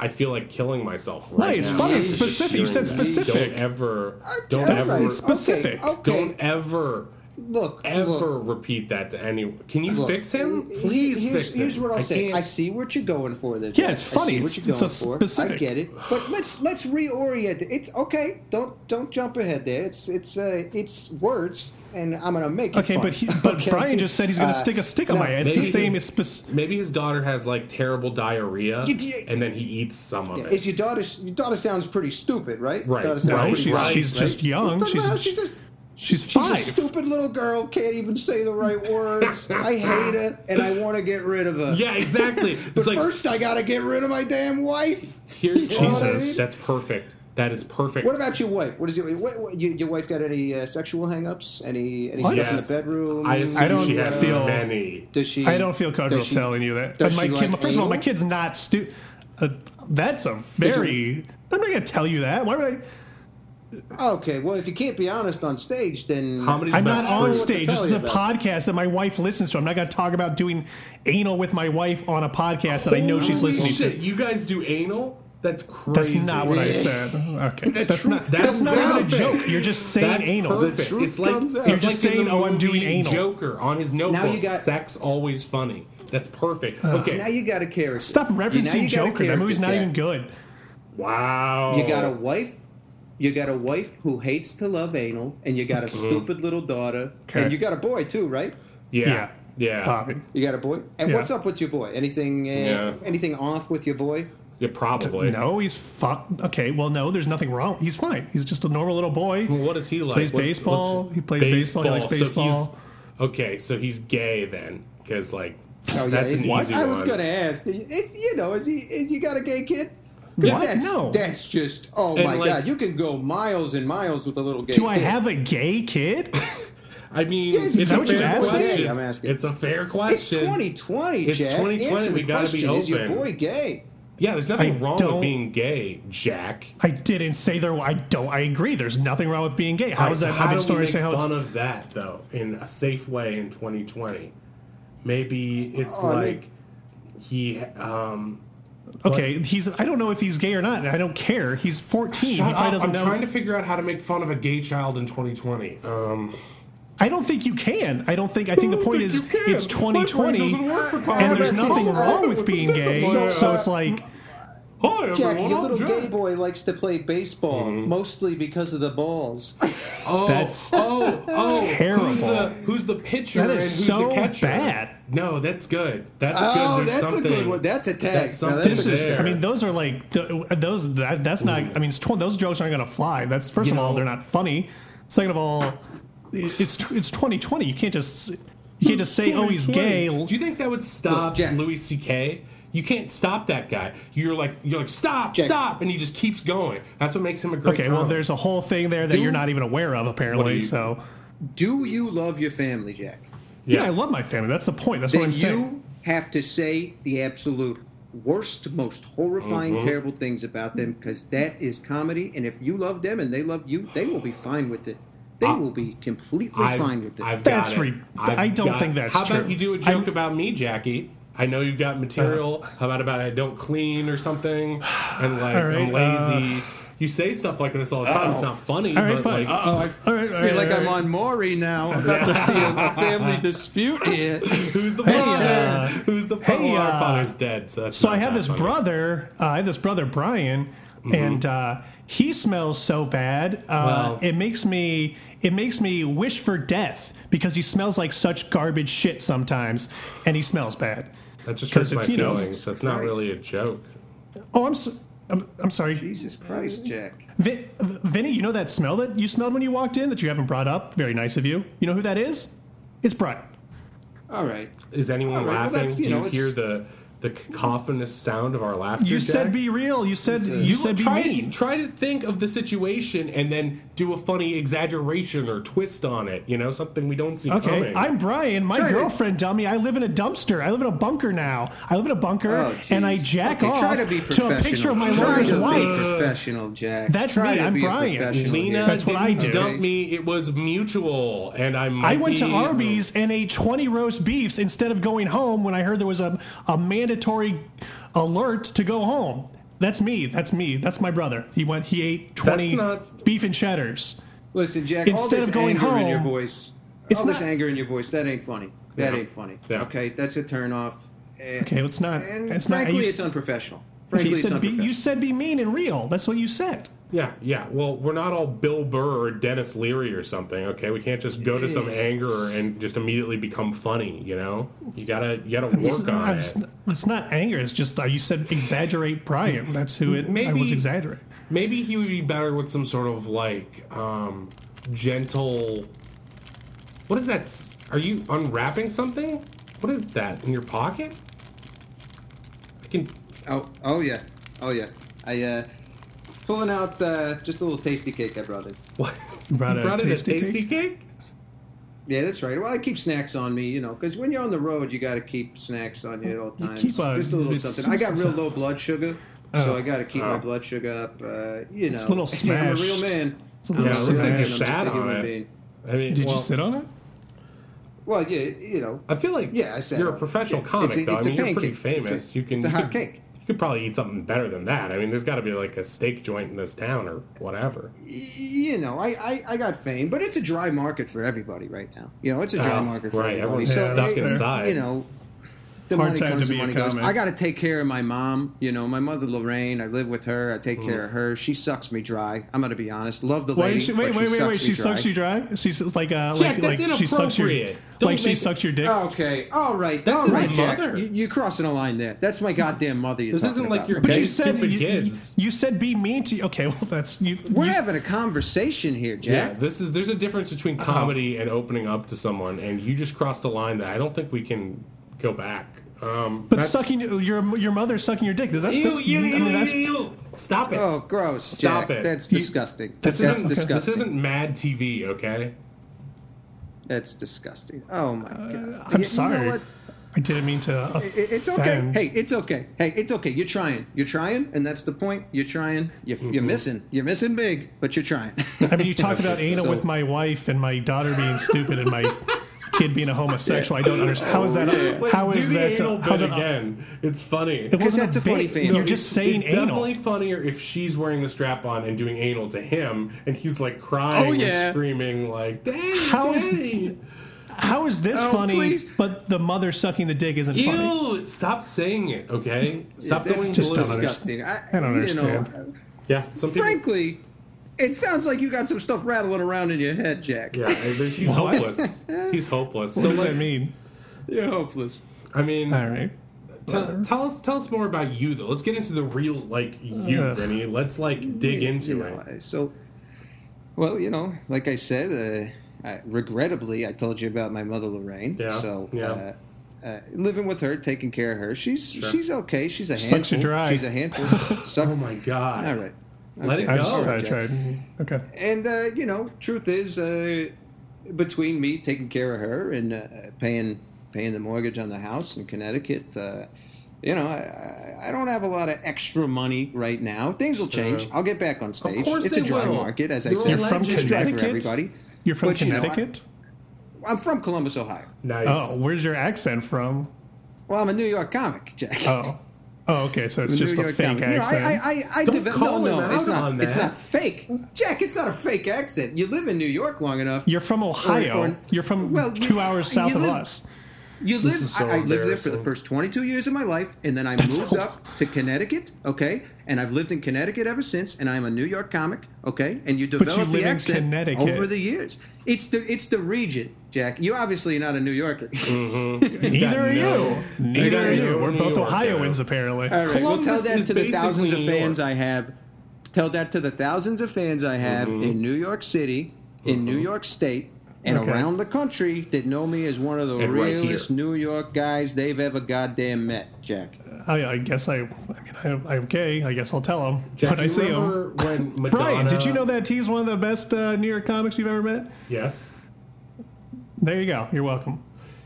I feel like killing myself. Right Right, it's now. funny. Yeah, It's you specific. You During said that. specific. Don't ever. Don't That's ever. nice. Okay, specific. Okay. Don't ever. look. Ever look. repeat that to anyone? Can you Look, fix him? he- Please here's, fix him. here's what I'll I say. can't- I see what you're going for. There, Yeah, Jack. it's funny. I It's- see what you're it's going a for. I specific. get it. But let's let's reorient. it. It's okay. Don't don't jump ahead there. It's it's uh, it's words, and I'm gonna make it. Okay, fun. but he, but Okay? Brian just said he's going Uh, to stick a stick on no, my head. It's the maybe same. It's he's- spec- Maybe his daughter has like terrible diarrhea, You- you- and then he eats some of Yeah, it. Is your daughter? Your daughter sounds pretty stupid, right? Right, Daughter sounds right, pretty she's- dumb, she's just young, She's, dumb, she's- she's, a, she's she's a five. stupid little girl. Can't even say the right words. I hate her, and I want to get rid of her. Yeah, exactly. But it's like first, I gotta get rid of my damn wife. here's You know what I Jesus. mean? That's perfect. That is perfect. What about your wife? What is your what, what, you, your wife got any uh, sexual hangups? Any any What? stuff in the yes. bedroom? I assume I don't she had feel- many. Does she? I don't feel comfortable does she- telling you that. does But my she kid, like first of all, my anal? kid's not stupid. Uh, that's a very. I'm not going to tell you that. Why would I? Okay, well, if you can't be honest on stage, then Comedy's I'm about not on truth. what to stage. tell This you is a about podcast that my wife listens to. I'm not going to talk about doing anal with my wife on a podcast that I know she's Holy listening shit, to. You guys do anal? That's That's crazy. not what I said. Uh-huh, Okay, that's truth not. comes That's not even a out. joke. You're just saying That's anal. perfect. truth It's like comes it's out. You're like just in the saying, "Oh, I'm movie doing anal." Joker on his notebook. you got- sex always funny. That's perfect. Okay. now you got a character. Stop Now you referencing got a Joker. That movie's character, not Jack. even good. wow. You got a wife. You got a wife who hates to love anal, and you Mm-hmm. got a stupid little daughter, Okay. and you got a boy too, right? yeah. Yeah. Bobby. You got a boy. And Yeah. what's up with your boy? Anything? Uh, Yeah. Anything off with your boy? Yeah, probably. No, he's fine. Okay, well, no, there's nothing wrong. He's fine. He's just a normal little boy. Well, what is he like? Plays baseball. He plays baseball. He likes So baseball. he's, okay, so he's gay then, because like Oh, yeah, that's an is he- easy I was one. gonna ask. It's you know, is he? Is, you got a gay kid? 'Cause What? That's, No. That's just. Oh And, my like- god, you can go miles and miles with a little gay. Do I kid. have a gay kid? I mean, Is it's that a what you fair asked me? question. I'm asking. It's a fair It's question. 2020, It's Jack. 2020, Answer the we gotta be question, Is your open. boy gay? Yeah, there's nothing I wrong don't- with being gay, Jack. I didn't say there. I don't. I agree. There's nothing wrong with being gay. How Right, does so that? how How do did we story make say how it's? fun of that though in a safe way in 2020? Maybe it's Oh, I like think- he. Um, Okay, he's. I don't know if he's gay or not. and I don't care. He's 14. he shut probably up! doesn't I'm know. trying to figure out how to make fun of a gay child in 2020. Um, I don't think you can. I don't think. I think the point is it's 2020, and there's nothing wrong with being gay. So it's like Hi, Jack, everyone, your I'm little Jack. Mm-hmm. gay boy likes to play baseball, mostly because of the balls. Oh, That's oh, oh, Who's terrible. the, who's the pitcher That and is who's so the catcher? bad. No, that's good. That's Oh, good. There's that's a something. good one. That's a tag. That's Now, something that's a there. good I mean, those are like th- those. That, that's not. I mean, it's tw- those jokes aren't going to fly. That's first You of all, know- they're not funny. Second of all, it, it's tw- it's 2020. You can't just you can't just say, oh, he's gay. Do you think that would stop Look, Jack. Louis C.K.? You can't stop that guy. You're like you're like stop, Jack. stop, and he just keeps going. That's what makes him a great. Okay, well, comic. there's a whole thing there that Do- you're not even aware of apparently. you- so Do you love your family, Jack? yeah. I love my family. That's the point. That's what Then I'm you saying. have to say the absolute worst, most horrifying, Mm-hmm. terrible things about them because that is comedy. And if you love them and they love you, they will be fine with it. They will be completely I've- fine with it. I've got That's it. re- I've I don't got think it. that's How true. about you do a joke I'm- about me, Jackie? I know you've got material. Uh-huh. How about about I don't clean or something, and like All right, uh, I'm lazy. you say stuff like this all the time. It's not funny, All right, but fine. like oh, I All right, all right, feel like all I'm right. on Maury now. I'm about to see a, a family dispute here. who's the father? uh, who's the father? hey, Our uh, father's dead. So, that's So not I have that this funny. brother. Uh, I have this brother Brian, and uh, He smells so bad. Wow. Uh, It makes me it makes me wish for death because he smells like such garbage shit sometimes, and he smells bad. That just 'Cause hurts my it's, you know, feelings. That's not really a joke. Oh, I'm so, I'm, I'm sorry, Jesus Christ, Jack. Vin, Vinny. You know that smell that you smelled when you walked in that you haven't brought up. Very nice of you. You know who that is? It's Brian. All right. Is anyone All right, well, laughing? that's, you Do know, you it's- hear the the cacophonous sound of our laughter? You said Jack? be real. You said you, said be try To, mean. try to think of the situation and then do a funny exaggeration or twist on it. You know, something we don't see Okay, coming. I'm Brian. My Oh, Try to- girlfriend, dummy. I live in a dumpster. I live in a bunker now. I live in a bunker, Oh, and I jeez. jack Okay, off try to, be professional. a picture of my Try lawyer's to be wife. professional, Jack. That's Try me, to I'm be a Brian. professional Lena here. That's what I didn't do. Dump me. It was mutual, and I. Might I went to be- Arby's and ate 20 roast beefs instead of going home when I heard there was a, a mandatory alert to go home. That's me. That's me. That's my brother. He went. He ate 20 not- beef and cheddars. Listen, Jack. all Instead this of going anger in home, your voice, it's all this not- anger in your voice, that ain't funny. That ain't funny. Yeah. Okay, that's a turnoff. And, Okay, it's not. and it's frankly, not. you- it's unprofessional. okay, Frankly, you it's said be, unprofessional. you said be mean and real. That's what you said. Yeah, yeah. Well, we're not all Bill Burr or Dennis Leary or something. Okay, we can't just go to some anger and just immediately become funny. You know, you gotta you gotta work on It's it. not, it's not anger. It's just uh, you said exaggerate Brian. That's who it. I Maybe- was exaggerating. Maybe he would be better with some sort of like um gentle. What is that? s- Are you unwrapping something? What is that in your pocket? I can. Oh, oh yeah, oh yeah. I uh, pulling out uh, just a little tasty cake I brought in. What? You brought you a brought in tasty a tasty cake. Yeah, that's right. Well, I keep snacks on me, you know, because when you're on the road, you got to keep snacks on you at all You times. keep a- just a little it's- something. I got it's real a- low blood sugar, so Oh. I got to keep Oh. my blood sugar up. Uh, you know, It's a little I'm a real smashed. man. It's a Yeah, little it looks like I'm you just smashed. a sat on human it. being. I mean, Did well, you sit on it? Well, yeah, you know, I feel like Yeah, I said you're it. a professional It's a- comic, though. I it's a mean, you're pretty pancake. It's a- famous. you can. it's a you hot could, cake. You could probably eat something better than that. I mean, there's got to be like a steak joint in this town or whatever. you know, I, I, I got fame, but it's a dry market for everybody right now. You know, it's a dry Oh, market for right, everybody. everyone's stuck I- inside. You know, the Hard money time comes, to the be a money goes. comic. I got to take care of my mom. You know, my mother Lorraine. I live with her. I take Mm. care of her. She sucks me dry. I'm gonna be honest. Love the Wait, lady. she, wait, but wait, she wait, sucks wait. me She sucks dry. you dry. She's like, uh, Jack, like, that's like she sucks your, inappropriate. Don't like she make- sucks your dick. Okay, all right, That's all his right, Jack. mother. You, you're crossing a line there. That's my goddamn mother. You're This talking isn't like about, your- but Okay? you Okay, said you, stupid you, kids. you said be mean to. Okay, well that's you. We're you- having a conversation here, Yeah. Jack. this is there's a difference between comedy and opening up to someone, and you just crossed a line that I don't think we can go back. Um, but sucking your your mother sucking your dick. That's that's, Ew, that's, ew, I ew, mean, that's ew, ew. Stop it. Oh, gross! Stop Jack. it. That's You- disgusting. this that's isn't disgusting. this isn't Mad TV, okay? That's disgusting. Oh my god. Uh, I'm sorry. I didn't mean to. I- It's okay. offend. Hey, it's okay. Hey, it's okay. You're trying. You're trying, and that's the point. You're trying. You're, you're missing. You're missing big, but you're trying. Mm-hmm. I mean, you talked about anal So- with my wife and my daughter being stupid and my kid being a homosexual. I don't understand. How is that? Wait, How do is the that? anal uh, how's bit that- again? It's funny. It wasn't that's a, a funny bit. thing. You're No, just It's- saying it's anal. definitely funnier if she's wearing the strap on and doing anal to him, and he's like crying Oh, yeah. and screaming like, "Daddy, How is- daddy, How is this Oh, funny? please. But the mother sucking the dick isn't funny. ew!" Stop saying it, okay? Stop That's going just blue. don't understand. disgusting. I, I don't you uh, understand. Yeah, some people. frankly, it sounds like you got some stuff rattling around in your head, Jack. Yeah, there's- he's What? hopeless. He's hopeless. What So does like, that mean? You're hopeless. I mean, All right. tell, tell us tell us more about you though. Let's get into the real like you, Ugh. Vinny. Let's like dig you into know, it. I- So, well, you know, like I said, uh, I, regrettably, I told you about my mother Lorraine. Yeah, So, yeah. Uh, uh, living with her, taking care of her, she's Sure. she's okay. She's a handful. Sucks you dry. She's a handful. Suck. Oh my god! All right. Let it go. Oh, Okay. I just All I right, tried. Okay. And uh, you know, truth is, uh, between me taking care of her and uh, paying paying the mortgage on the house in Connecticut, uh, you know, I, I- I don't have a lot of extra money right now. Things will change. Uh-huh. I'll get back on stage. course it's they a dry will. market, as I You're said. a You're from legend. It's dry for Connecticut. everybody. You're from But, you know, I- Connecticut. I'm from Columbus, Ohio. Nice. oh, where's your accent from? Well, I'm a New York comic, Jack. Oh. Oh, okay. So it's New just a York fake comic. You know, accent. I, I, I, I Don't devel- call no, him no, it's out not, on It's that. not fake, Jack. It's not a fake accent. You live in New York long enough. You're from Ohio. or- You're from well, two you- hours you south of live- us. You This live. is so I, I lived there for the embarrassing. first 22 years of my life, and then I moved a up to Connecticut. Okay, and I've lived in Connecticut ever since, and I'm a New York comic. Okay, and you you develop live the in accent Connecticut. over the years. It's the it's the region, Jack. You obviously are not a New Yorker. Mm-hmm. Neither are no- you. he's got Neither are no you. We're New both York Ohioans, accent. apparently. All right, well, tell Columbus that is to the basically thousands of New fans York. I have. Tell that to the thousands of fans I have Mm-hmm. in New York City, in New York State, and Okay. around the country that know me as one of the And right here. realest New York guys they've ever goddamn met, Jack. I, I guess I. I mean, I, I'm gay. I guess I'll tell him Jack, when do I you see him. remember when Madonna? Brian, did you know that he's one of the best uh, New York comics you've ever met? Yes. There you go. You're welcome.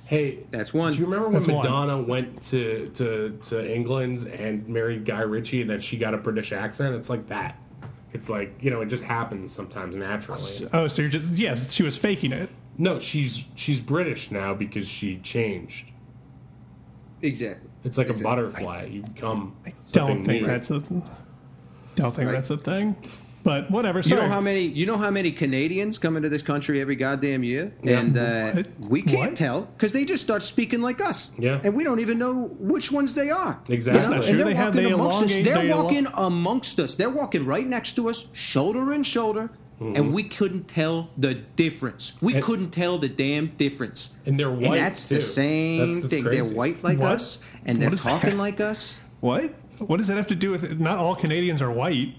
Hey, That's one. do you remember when That's one. Madonna went to, to to England and married Guy Ritchie, and then she got a British accent? It's like that. It's like you know, it just happens sometimes naturally. Oh, so you're just yes. She was faking it. No, she's she's British now because she changed. Exactly. It's like a Exactly. butterfly. You become something Don't think new. that's a. Don't think Right. that's a thing. But whatever. You Sorry. know how many you know how many Canadians come into this country every goddamn year, Yeah. and uh, What? we can't What? tell because they just start speaking like us, Yeah. and we don't even know which ones they are. Exactly. That's not And true. they're They have- walking they amongst us. elongate- They're they elo- walking amongst us. They're walking right next to us, shoulder in shoulder, and we couldn't tell the difference. We Mm-hmm. And- couldn't tell the damn difference. And they're white and that's the too. same That's- that's thing. crazy. They're white like What? us, and What they're is that? talking like us. What? What does that have to do with it? Not all Canadians are white.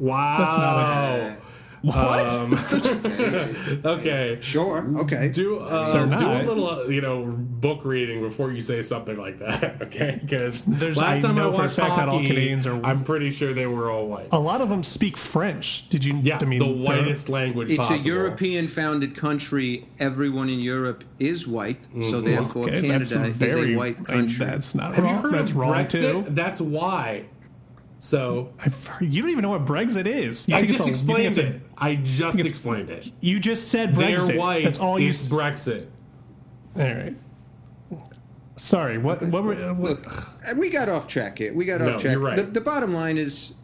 Wow. That's not What? Um, okay. Sure. Okay. Do uh, They're do a not. little uh, you know book reading before you say something like that, okay? Because There's- last I time I know for a watched fact hockey, that all Canadians are- I'm pretty sure they were all white. a lot of them speak French. Did you? yeah, I mean, the they're- whitest language. It's possible. a European founded country. Everyone in Europe is white, so therefore Mm-hmm. Okay, that's Canada is very a white I mean, country. that's not Have wrong. you heard that's of wrong Brexit? too. That's why. So I've heard, you don't even know what Brexit is. You I just think it's a- you think explained it's a- it. I just it's- explained it. You just said Brexit. They're white. That's all you. It's s- Brexit. all right. Sorry. What? What were? uh, What, Look, uh, we got off track here. We got No, off track. you're right. The, the bottom line is,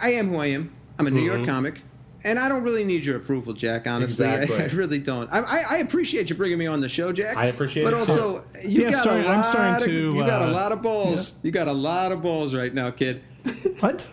I am who I am. I'm a New Mm-hmm. York comic, and I don't really need your approval, Jack. Honestly, I- Exactly. I, really don't. I, I, I appreciate you bringing me on the show, Jack. I appreciate but it, also you Yeah, got sorry, a I'm lot. starting of, to, you got a uh, lot of balls. You got a lot of balls right now, kid. what?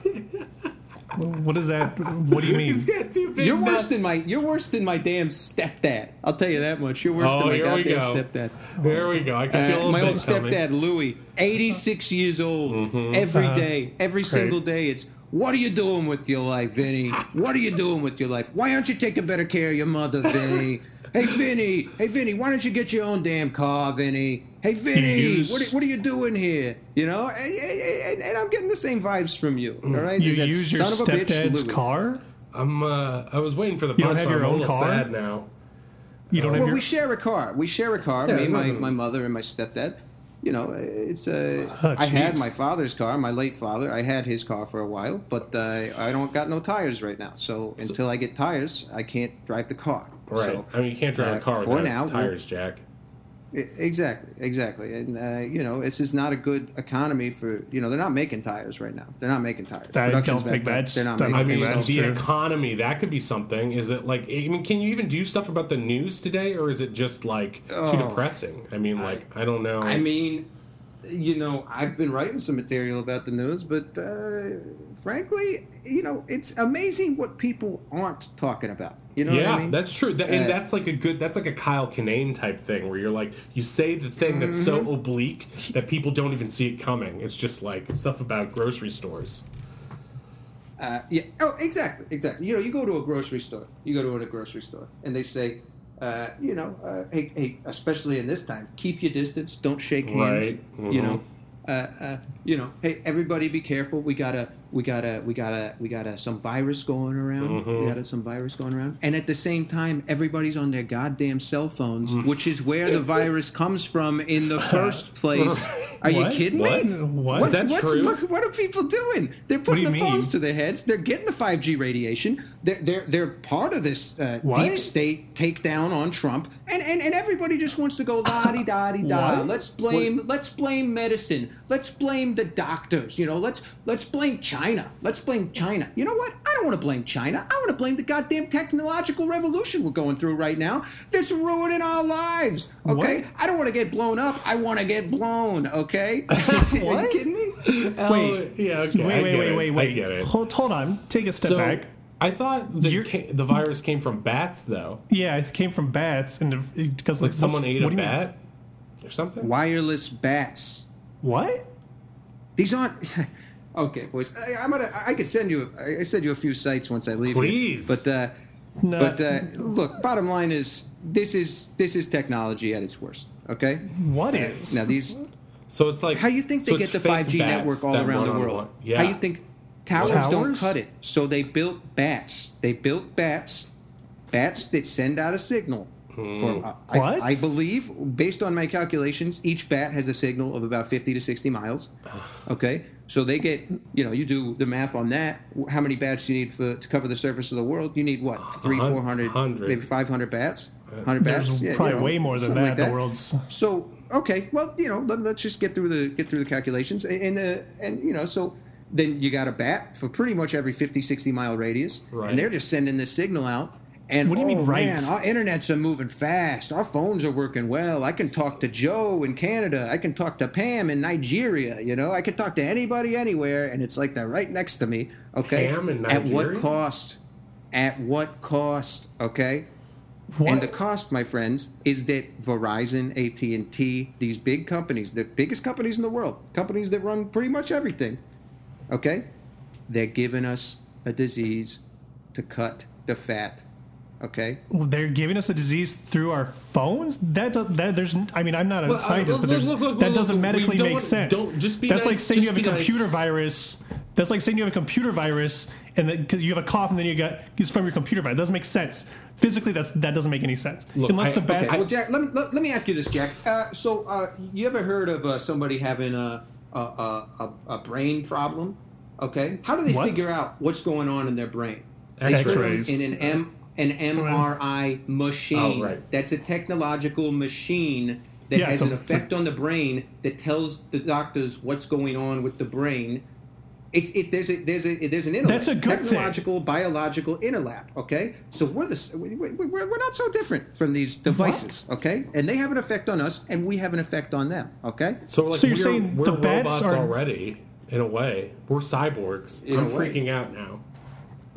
What is that? What do you mean? He's got two big You're worse nuts. than my. You're worse than my damn stepdad. I'll tell you that much. You're worse Oh, than my here we goddamn go. stepdad. There we go. I can feel a Uh, little my bit old coming. Mm-hmm. stepdad Louis, 86 years old. Every Uh-huh. day, every single day, it's what are you doing with your life, Vinny? What are you doing with your life? Why aren't you taking better care of your mother, Vinny? hey, Vinny. Hey, Vinny. Why don't you get your own damn car, Vinny? Hey, Vinny. use- What are, what are you doing here? You know, and, and, and I'm getting the same vibes from you. Mm. All right, You There's that use your son of a bitch, stepdad's Louis. car. I'm uh I was waiting for the You don't punch. have I'm your a own little car? sad now. You don't have Well, your. we share a car. We share a car. me, it's my, nothing. my mother, and my stepdad. You know, it's a. I Oh, had jeez. my father's car, my late father. I had his car for a while, but uh, I don't got no tires right now. So until I get tires, I can't drive the car. Right. So, I mean, you can't drive uh, a car for without now, we'll- tires, Jack. e- exactly, exactly, and uh, you know, it's just not a good economy for. You know, they're not making tires right now. They're not making tires. I don't Production's think back up. that's- They're not I making I Okay, mean, that's the true. economy that could be something. Is it like? I mean, can you even do stuff about the news today, or is it just like too Oh. depressing? I mean, like I don't know. I mean, you know, I've been writing some material about the news, but uh, frankly, you know, it's amazing what people aren't talking about. You know yeah, what I mean? that's true. That, and Uh, that's like a good. That's like a Kyle Kinane type thing, where you're like, you say the thing that's so Mm-hmm. oblique that people don't even see it coming. It's just like stuff about grocery stores. Uh, yeah. Oh, exactly, exactly. You know, you go to a grocery store. You go to a grocery store, and they say, uh, you know, uh, hey, hey, especially in this time, keep your distance. Don't shake hands. Right, You mhm. know. Uh, uh, you know, hey, everybody, be careful. We got to we got to we got to we got to some virus going around. Mm-hmm. We got to some virus going around. And at the same time, everybody's on their goddamn cell phones, Mm. which is where the virus comes from in the first place. Are you What? kidding What? me? What? What's, Is that what's- true? What, what are people doing? They're putting you the phones mean? to their heads. They're getting the 5G radiation. They're they're, they're part of this uh, What? deep state takedown on Trump, and, and and everybody just wants to go la di da di da. What? Let's blame let's blame medicine. Let's blame the doctors. You know, let's let's blame China. Let's blame China. You know what? I don't want to blame China. I want to blame the goddamn technological revolution we're going through right now that's ruining our lives. Okay? What? I don't want to get blown up. I want to get blown, okay? Are you What? kidding me? Wait, yeah, okay. I Wait, get wait, wait, it. wait, I wait. get it. Hold, hold on. Take a step So, back. I thought the, You're- ca- the virus came from bats, though. Yeah, it came from bats, and the- because like Someone ate a what do you mean? bat or something. Wireless bats. What? These aren't. Okay, boys. I, I'm gonna. I could send you. I I send you a few sites once I leave. here. Please. But uh, No. but uh, look. Bottom line is this is this is technology at its worst. Okay. What is? Now these. So it's like How you think so they it's get the fake 5G bats network all that around the one-on-one- world? Yeah. How you think towers, don't Towers? cut it? So they built bats. They built bats. Bats that send out a signal. Hmm. For, uh, I- What? I, believe, based on my calculations, each bat has a signal of about 50 to 60 miles. Okay, so they get, you know, you do the math on that. How many bats you need for to cover the surface of the world? You need what, three, hun- four hundred, hundred. maybe five hundred bats? Hundred bats? There's Yeah, you probably know, way more than something that, like The world's so okay, well, you know, let, let's just get through the get through the calculations, and and, uh, and you know, so then you got a bat for pretty much every 50, 60 mile radius, Right. and they're just sending this signal out. And What do you mean, oh, right? Man, our internets are moving fast. Our phones are working well. I can talk to Joe in Canada. I can talk to Pam in Nigeria. You know, I can talk to anybody anywhere, and it's like they're right next to me. Okay, Pam in at what Nigeria? cost? At what cost? Okay, what? and the cost, my friends, is that Verizon, AT and T, these big companies, the biggest companies in the world, companies that run pretty much everything, okay, they're giving us a disease to cut the fat, okay. they're giving us a disease through our phones. That does, that there's. I mean, I'm not a Well, uh, scientist, but look, there's, look, look, that look, doesn't look, we medically don't make want- sense. don't- just be That's nice, like saying you just have a be nice. computer virus. That's like saying you have a computer virus, and that 'cause you have a cough, and then you got it's from your computer virus. It doesn't make sense physically. That's that doesn't make any sense Look, unless I- the bats. Okay, well, Jack, let me, let, let me ask you this, Jack. Uh, so, uh, you ever heard of uh, somebody having a a, a, a a brain problem? Okay, how do they What? figure out what's going on in their brain? They put them X-rays. in an M an MRI machine. Oh, right. That's a technological machine that Yeah, has it's a- an it's a- effect on the brain that tells the doctors what's going on with the brain. It's it, there's a there's a there's an interlap. That's a good thing. technological, biological interlap. Okay, so we're the s- we, we, we're we're not so different from these devices. Okay, and they have an effect on us, and we have an effect on them. Okay, So, like, So you're we're, saying we're the bats robots are- already in a way. We're cyborgs. In I'm a way. freaking out now.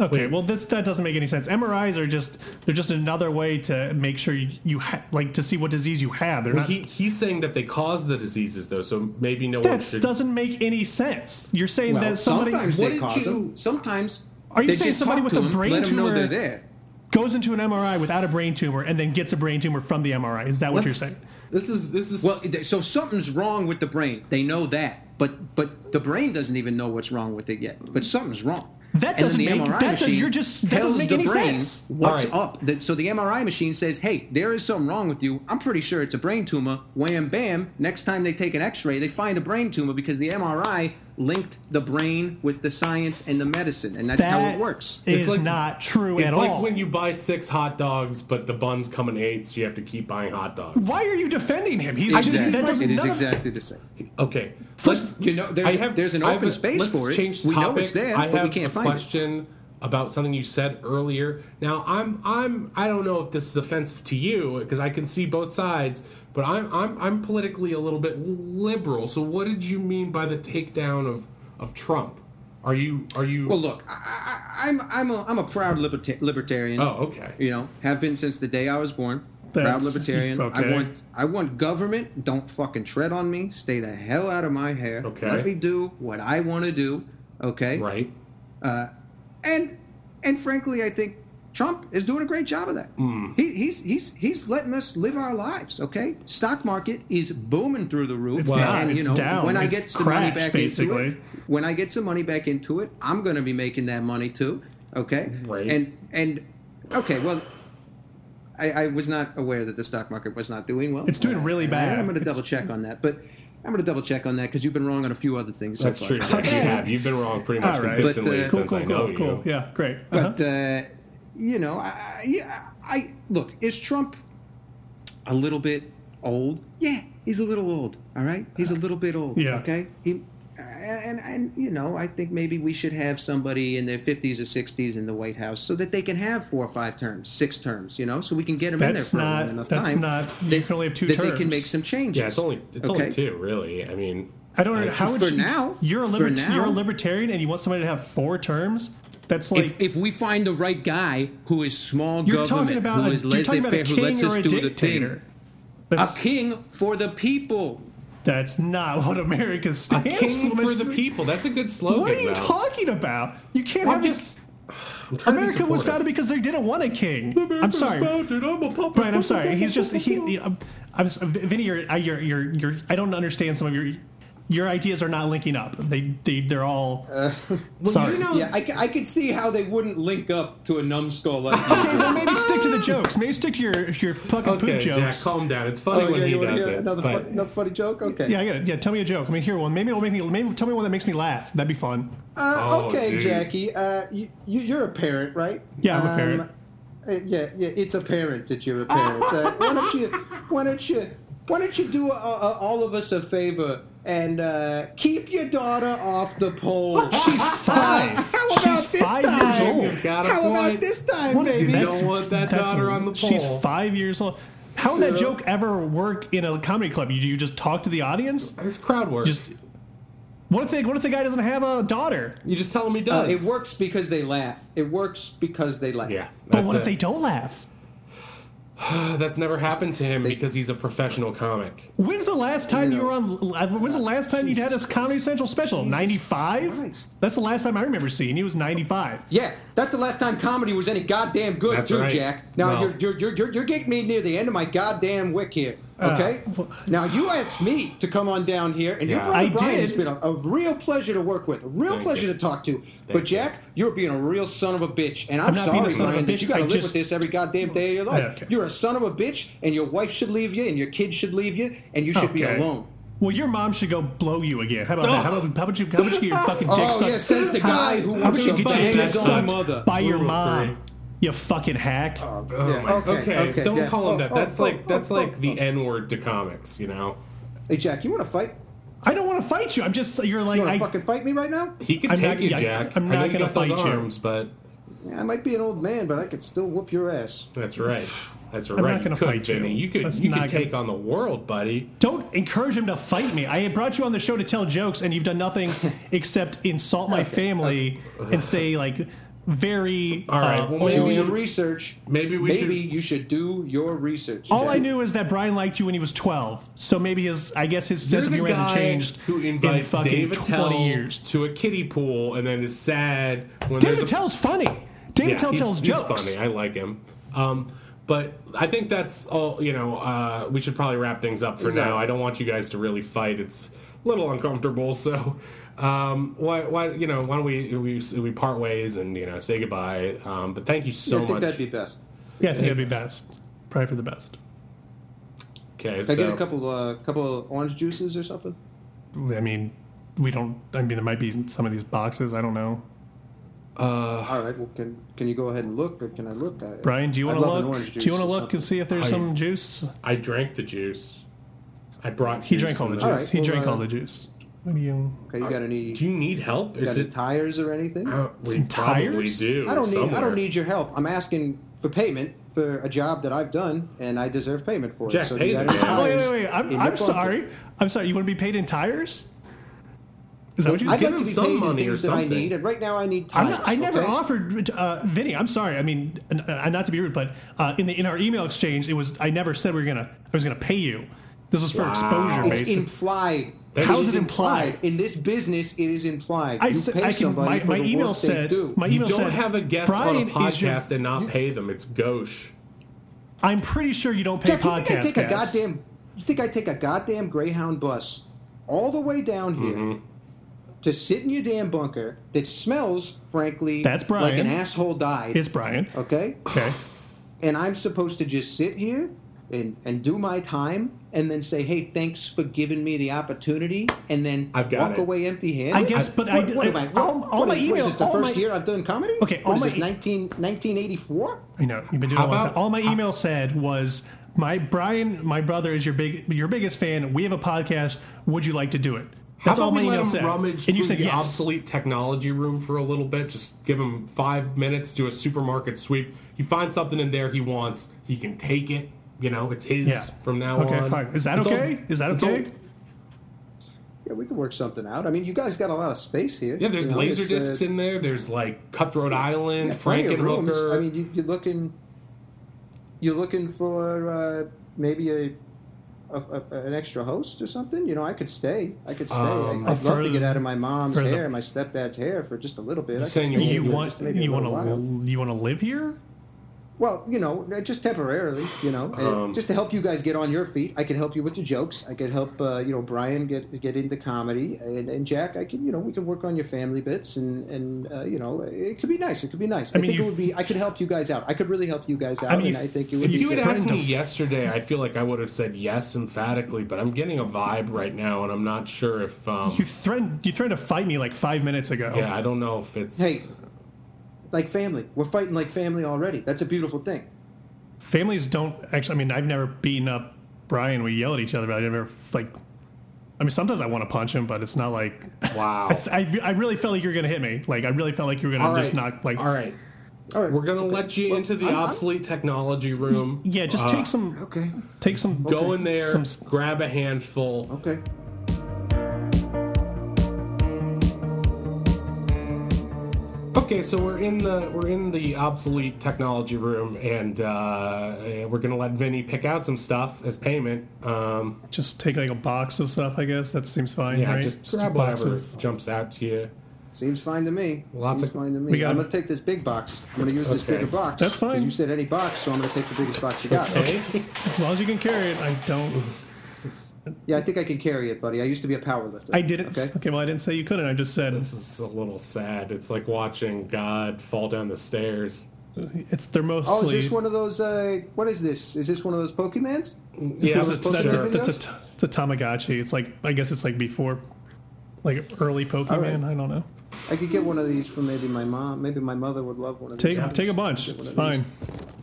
Okay, well, this that doesn't make any sense. MRIs are just they're just another way to make sure you, you ha- like to see what disease you have. They're not. He he's saying that they cause the diseases though, so maybe no one that should. doesn't make any sense. You're saying Well, that somebody sometimes what they did cause you- them. Sometimes Are you they saying just somebody talk with to a 'em, brain let 'em tumor- know they're there. goes into an MRI without a brain tumor and then gets a brain tumor from the MRI. Is that what you're saying? This is this is Well, they- so something's wrong with the brain. They know that, but but the brain doesn't even know what's wrong with it yet. But something's wrong. That And then doesn't the make- MRI that doesn't- machine you're just- that tells doesn't make the any brain sense. What's All right. up? That- So the MRI machine says, "Hey, there is something wrong with you. I'm pretty sure it's a brain tumor." Wham, bam. Next time they take an X-ray, they find a brain tumor because the MRI linked the brain with the science and the medicine, and that's how That it works. Is It's like- not true it's at like all. when you buy six hot dogs, but the buns come in eight, so you have to keep buying hot dogs. Why are you defending him? He's Exactly. just that doesn't. It is none of- exactly the same. Okay. First- let's- You know, there's- I have- there's an I have open a- space let's for it. Change We topics. know it's there, I but we have can't a find it. question about something you said earlier. Now, I'm I'm I don't know if this is offensive to you because I can see both sides, but I'm I'm I'm politically a little bit liberal. So, what did you mean by the takedown of of Trump? Are you are you? Well, look, I, I, I'm I'm a, I'm a proud liberta- libertarian. oh, okay. you know, have been since the day I was born. Proud That's- libertarian. okay. I want I want government. Don't fucking tread on me. Stay the hell out of my hair. Okay. Let me do what I want to do. Okay. Right. And and frankly, I think Trump is doing a great job of that. Mm. He, he's he's he's letting us live our lives. Okay. Stock market is booming through the roof. It's not. And, It's down. When I It's get some money crashed, back basically. into it, when I get some money back into it, I'm going to be making that money too. Okay. Right. And and okay. Well. I, I was not aware that the stock market was not doing well. It's doing really bad. I'm going to It's- double check on that, but I'm going to double check on that because you've been wrong on a few other things. so That's far. true, Jack. You have you've been wrong pretty much All right. consistently But, uh, cool, since cool, I know cool, you. cool. Yeah, great. Uh-huh. But uh, you know, I, I, I look. Is Trump a little bit old? Yeah, he's a little old. All right, he's a little bit old. Yeah. Okay. He, uh, and, and you know, I think maybe we should have somebody in their 50s or 60s in the White House so that they can have four or five terms, six terms, you know, so we can get them That's in there for long not. enough That's time. not. that- You can only have two that terms. they can make some changes. Yeah, it's only it's Okay. only two, really. I mean, I don't know how would For you, now. You're a For libert- now. you're a libertarian, and you want somebody to have four terms. That's like If, if we find the right guy who is small You're government, talking about who a- is you're talking about a laissez-faire, who lets king us or a do the dictator. thing, a that's, king for the people. that's not what America stands king for. for That's- the people. That's a good slogan. What are you though. talking about? You can't I'm have just. I'm a, trying to be America was supportive. founded because they didn't want a king. I'm America's sorry. founded, I'm a puppet. Brian, I'm sorry. He's just he. he- I'm, I'm s- Vinny, you're, I- you're, you're, you're, I don't understand some of your your ideas are not linking up. They they they're all sorry. You know, Yeah, I, c- I could see how they wouldn't link up to a numbskull like Oh, okay, then maybe stick to the jokes. Maybe stick to your your fucking okay, poop Jack, jokes. calm down. It's Oh, funny when he does it. another, but- funny joke? Okay. yeah, I got it. Yeah, tell me a joke. Let me hear one. Maybe it'll make me. Maybe tell me one that makes me laugh. That'd be fun. Oh, Uh, okay, geez. Jackie. Uh, you, you- you're a parent, right? Um, Yeah, I'm a parent. uh, yeah, yeah. It's apparent that you're a parent. uh, why don't you? Why don't you? Why don't you do a, a, all of us a favor and uh, keep your daughter off the pole? She's five. How about She's this five time? years old. He's got a How point. about this time, What- baby? that's- don't want that that's- daughter on the She's pole. five years old. How would that Yeah. joke ever work in a comedy club? You, you just talk to the audience? it's crowd work. Just what if they, what if the guy doesn't have a daughter? you just tell him he Uh, does. it works because they laugh. It works because they laugh. Yeah. But that's what if it. they don't laugh? That's never happened to him because he's a professional comic. When's the last time you, know. were on? uh, When's the last time you had a Comedy Central special? Ninety five. Christ. That's the last time I remember seeing you was ninety five. Yeah, that's the last time comedy was any goddamn good, That's too, right. Jack. No. Now you're, you're you're you're you're getting me near the end of my goddamn wick here. Uh, Okay. well- now you asked me to come on down here, and Yeah. your I brother Brian did. has been a, a real pleasure to work with, a real Thank pleasure you. to talk to. but you. Jack, you're being a real son of a bitch, and I'm, I'm not sorry, being a son of a Brian, that bitch. you got to I live just- with this every goddamn day of your life. Yeah, okay. You're a son of a bitch, and your wife should leave you, and your kids should leave you, and you should be Okay. alone. Well, your mom should go blow you again. How about that? How about, how about you? How about you get your fucking dick Oh, sucked? yeah, says the guy who How about wants you to get your bang dick his own sucked mother? by your Rule of mom? three. You fucking hack. Oh Yeah, my- okay, okay, Don't yeah. call him Oh, that. oh, That's oh, like that's oh, like oh, the oh. N word to comics. You know, Hey, Jack, you want to fight? I don't want to fight you. I'm just you're like You want I, to fucking fight me right now? he could I'm take not- you, yeah, Jack. I'm I not know you gonna got those fight you. arms, but Yeah, I might be an old man, but I could still whoop your ass. that's right. That's not right. gonna you could, fight you. Vinny. You could That's you not could gonna- take on the world, buddy. don't encourage him to fight me. I brought you on the show to tell jokes, and you've done nothing except insult my family and say like very. All right, uh, well, old- maybe Do we- your research. maybe we maybe should- you should do your research. all Jack. I knew is that Brian liked you when he was 12, so maybe his I guess his sense of You're humor the hasn't guy changed Who in invites fucking Dave 20 Attell years. to a kiddie pool and then is sad when David there's a Tell's funny. David Yeah, Tell he's- tells he's jokes. funny. I like him. Um, but I think that's all. You know, uh, we should probably wrap things up for Exactly. now. I don't want you guys to really fight. It's a little uncomfortable. So, um, why, why, you know, why don't we we we part ways and you know say goodbye? Um, but thank you I so think much. that'd be best. Yeah, I think that'd be best. Probably for the best. okay, Can so I get a couple, uh, couple of orange juices or something? I mean, we don't. I mean, there might be some of these boxes. I don't know. All right. Well, can can you go ahead and look, or can I look? I, Brian, do you I'd want to love an orange look? Do juice you want to or look something. and see if there's I- some juice? I drank the juice. I brought. He juice drank all the and- juice. Alright, he well, drank uh, all the juice. um, What do you? Okay, you got any? Do you need help? you got Is any it? tires or anything? Uh, we Some probably tires? do. I don't need. I somewhere. don't need your help. I'm asking for payment for a job that I've done, and I deserve payment for Jack, it. So pay you got the any man. Oh, wait, tires wait, wait. I'm, in your I'm pocket? sorry. I'm sorry. You want to be paid in tires? Is that what you I'd Give him like to be some paid money in or things that I something. need, and right now I need tires. I'm not, I never okay? offered uh, Vinny. I'm sorry. I mean, n- uh, not to be rude, but uh, in the in our email exchange, it was I never said we were gonna I was gonna pay you. This was for Wow. exposure, It's It's basically. implied. How is It's it implied? In this business, it is implied. I you said pay I can. somebody My, for my the email work they said do. my You email don't said have a guest Brian on a is your- podcast and not pay them. It's gauche. I'm pretty sure you don't pay Jack, you podcast think I take a guests. goddamn? You think I take a goddamn Greyhound bus all the way down here Mm-hmm. to sit in your damn bunker that smells, frankly, That's like Brian. an asshole died. It's Brian. okay, Okay. and I'm supposed to just sit here and and do my time, and then say, "Hey, thanks for giving me the opportunity," and then I've got walk it. away empty-handed. I guess, but I, What, what am I? all, all what my is- what is emails. this, the all first my, year I've done comedy. Okay, all all my- this, 19, 1984? I know you've been doing How it a long about- time. All my email said was, "My Brian, my brother is your big, your biggest fan. We have a podcast. Would you like to do it?" That's How all about my we let email them said. rummage And you through said the yes. obsolete technology room for a little bit? Just give him five minutes, do a supermarket sweep. You find something in there he wants, he can take it. You know, it's his Yeah. from now Okay, on. fine. Is that It's okay? Is that it's okay? Yeah, we can work something out. I mean, you guys got a lot of space here. yeah, there's You know, laser it's, uh, discs in there. There's like Cutthroat Island, yeah, plenty of rooms. Frankenhooker. I mean, you, you're looking, you're looking for uh, maybe a, a, a an extra host or something. You know, I could stay. I could stay. Um, I, I'd love For- to get out of my mom's for the- hair, my stepdad's hair, for just a little bit. I could saying you stay here You Yeah, want just maybe a you want little while. to you want to live here? Well, you know, uh, just temporarily, you know, and Um, just to help you guys get on your feet. I could help you with your jokes. I could help, uh, you know, Brian get get into comedy, and, and Jack. I can, you know, we can work on your family bits, and and uh, you know, it could be nice. It could be nice. I, mean, think it you- would be. I could help you guys out. I could really help you guys out, mean, and you- I think it if would If be. you had good. asked threatened me to- yesterday, I feel like I would have said yes emphatically, but I'm getting a vibe right now, and I'm not sure if. Um, You threatened you threatened to fight me like five minutes ago. yeah, I don't know if it's. hey, like family, we're fighting like family already. That's a beautiful thing. Families don't actually. I mean, I've never beaten up Brian. We yell at each other, but I never like. I mean, sometimes I want to punch him, but it's not like. Wow. I, I, I really felt like you were gonna hit me. Like I really felt like you were gonna All just right, not like. All right. All right, We're gonna let you Well, into the I'm- I'm- obsolete technology room. Yeah, just Uh, take some. Okay. Take some. Go in there, Some s- grab a handful. Okay. Okay, so we're in the we're in the obsolete technology room, and uh, we're gonna let Vinny pick out some stuff as payment. Um, Just take like a box of stuff. I guess that seems fine. yeah, right? just, a grab box whatever of- jumps out to you. Seems fine to me. Lots Seems of- fine to me. we got- I'm going to take this big box. I'm going to use this Okay. bigger box. That's fine. 'Cause You said any box, so I'm going to take the biggest box you got. Okay. as long as you can carry it. I don't. This is- Yeah, I think I can carry it, buddy. I used to be a power lifter. I didn't. Okay. Okay. Well, I didn't say you couldn't. I just said This is a little sad. It's like watching God fall down the stairs. it's their most. Oh, is this one of those? Uh, what is this? Is this one of those Pokemans? yeah, That's a, that's that's, sure. a, that's, a, t- it's a Tamagotchi. It's like I guess it's like before, like early Pokemon. right. I don't know. I could get one of these from maybe my mom. Maybe my mother would love one of Take these. take a bunch. It's of fine.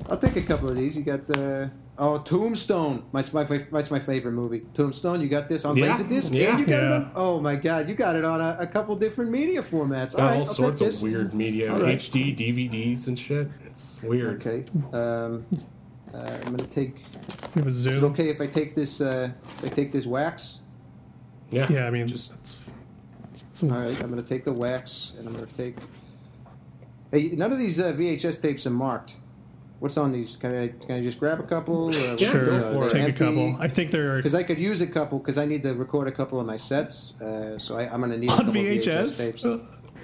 I'll take a couple of these. You got the oh Tombstone. My my that's my favorite movie. Tombstone. You got this on Yeah. Laserdisc. Yeah. And you got Yeah. it on. Oh my God, you got it on a, a couple different media formats. Got all right, all I'll sorts take of this. weird media, All right. HD, DVDs, and shit. It's weird. Okay. Um, uh, I'm gonna take. We have a Is zoo. it okay if I take this? Uh, if I take this wax. Yeah. Yeah, I mean, Just- just it's, it's a- All right. I'm gonna take the wax, and I'm gonna take. Hey, none of these uh, VHS tapes are marked. What's on these? Can I can I just grab a couple? Uh, Or, Yeah, sure. go for it. take a couple. I think there are Because I could use a couple because I need to record a couple of my sets, uh, so I, I'm gonna need a on couple VHS. VHS tapes. Uh,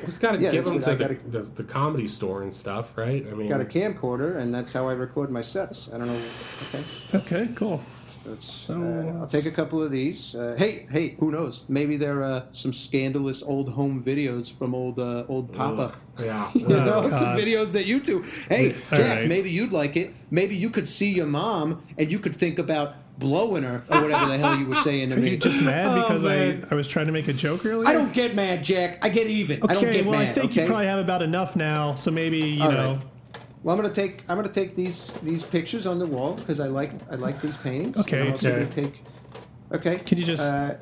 Just gotta Yeah, give that's them what to I the, gotta- the, the comedy store and stuff, right? I mean, Got a camcorder, and that's how I record my sets. I don't know. Okay. Uh, okay, cool. That's, So, uh, I'll let's- take a couple of these. Uh, hey, hey, who knows? Maybe they're uh, some scandalous old home videos from old uh, old Papa. yeah. You Oh, know, some God. videos that you do. Hey, All Jack, right. maybe you'd like it. Maybe you could see your mom, and you could think about blowing her or whatever the hell you were saying to Are you me. just mad Oh, because man. I, I was trying to make a joke earlier? I don't get mad, Jack. I get even. I Okay, don't get well, mad. I think okay? you probably have about enough now. So maybe you All know. right. Well, I'm gonna take I'm gonna take these these pictures on the wall because I like I like these paintings. Okay, And I'm also okay. gonna take. Okay. Can you just- Uh,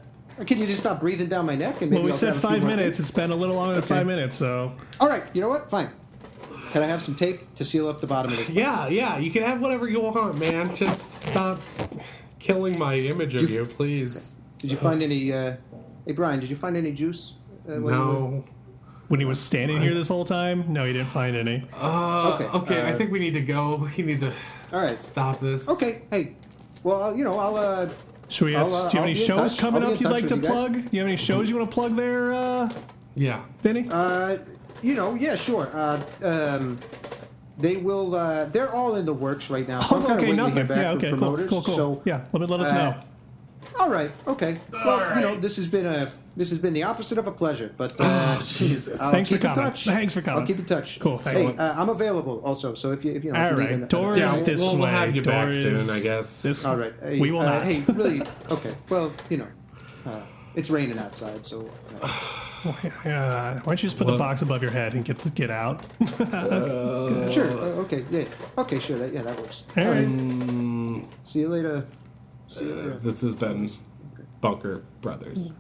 can you just stop breathing down my neck? And maybe Well, we I'll said grab a few five more minutes. things? It's been a little longer than Okay. five minutes, so All right. You know what? Fine. Can I have some tape to seal up the bottom of this? Yeah, yeah. You can have whatever you want, man. Just stop killing my image of you, please. Did you find any? Uh, hey, Brian, did you find any juice? Uh, while you were- No. when he was standing here this whole time, no, he didn't find any. Uh, okay, Okay, I uh, think we need to go. We need to All right. stop this. Okay. Hey. Well, I'll- you know, I'll. Uh, Should we? I'll, Ask, do uh, you I'll have any be in shows touch. coming I'll be up in you'd touch like with to you guys. plug? Do you have any shows you want to plug there, uh, Yeah. Vinny? Uh, you know, yeah, sure. Uh, um, they will. Uh, they're all in the works right now. So I'm oh, kinda okay, waiting to hear nothing. back Yeah, from okay, cool, promoters. cool, cool. So, yeah, let me let us uh, know. all right, okay. Well, All you know, right. this has been a this has been the opposite of a pleasure, but uh, Oh, Jesus. I'll Thanks for keep in coming. touch. Thanks for I'll coming. keep in touch. Cool, Hey, thanks. uh, I'm available also. So if you if you know, All if you need right, an- doors Yeah, this we'll- way. we'll have you back doors soon, I guess. This all right. Hey, we will uh, not. Hey, really? Okay. Well, you know, uh, it's raining outside, so. Uh, Yeah, why don't you just put Well- the box above your head and get get out? Sure. Uh, okay. Yeah. Okay. Sure. That, yeah, that works. um, All right. Uh, See you later. See you later. This has been Bunker Brothers.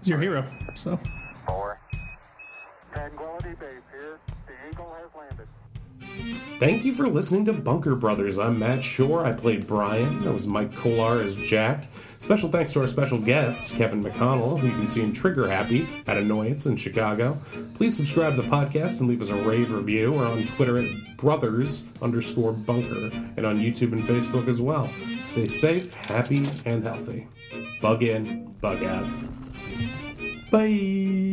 He's your hero. So Four. Tranquility Base here. The Eagle has landed. Thank you for listening to Bunker Brothers. I'm Matt Shore. I played Brian. That was Mike Kolar as Jack. Special thanks to our special guests, Kevin McConnell, who you can see in Trigger Happy at Annoyance in Chicago. Please subscribe to the podcast and leave us a rave review. We're on Twitter at brothers underscore bunker and on YouTube and Facebook as well. Stay safe, happy, and healthy. Bug in, bug out. Bye.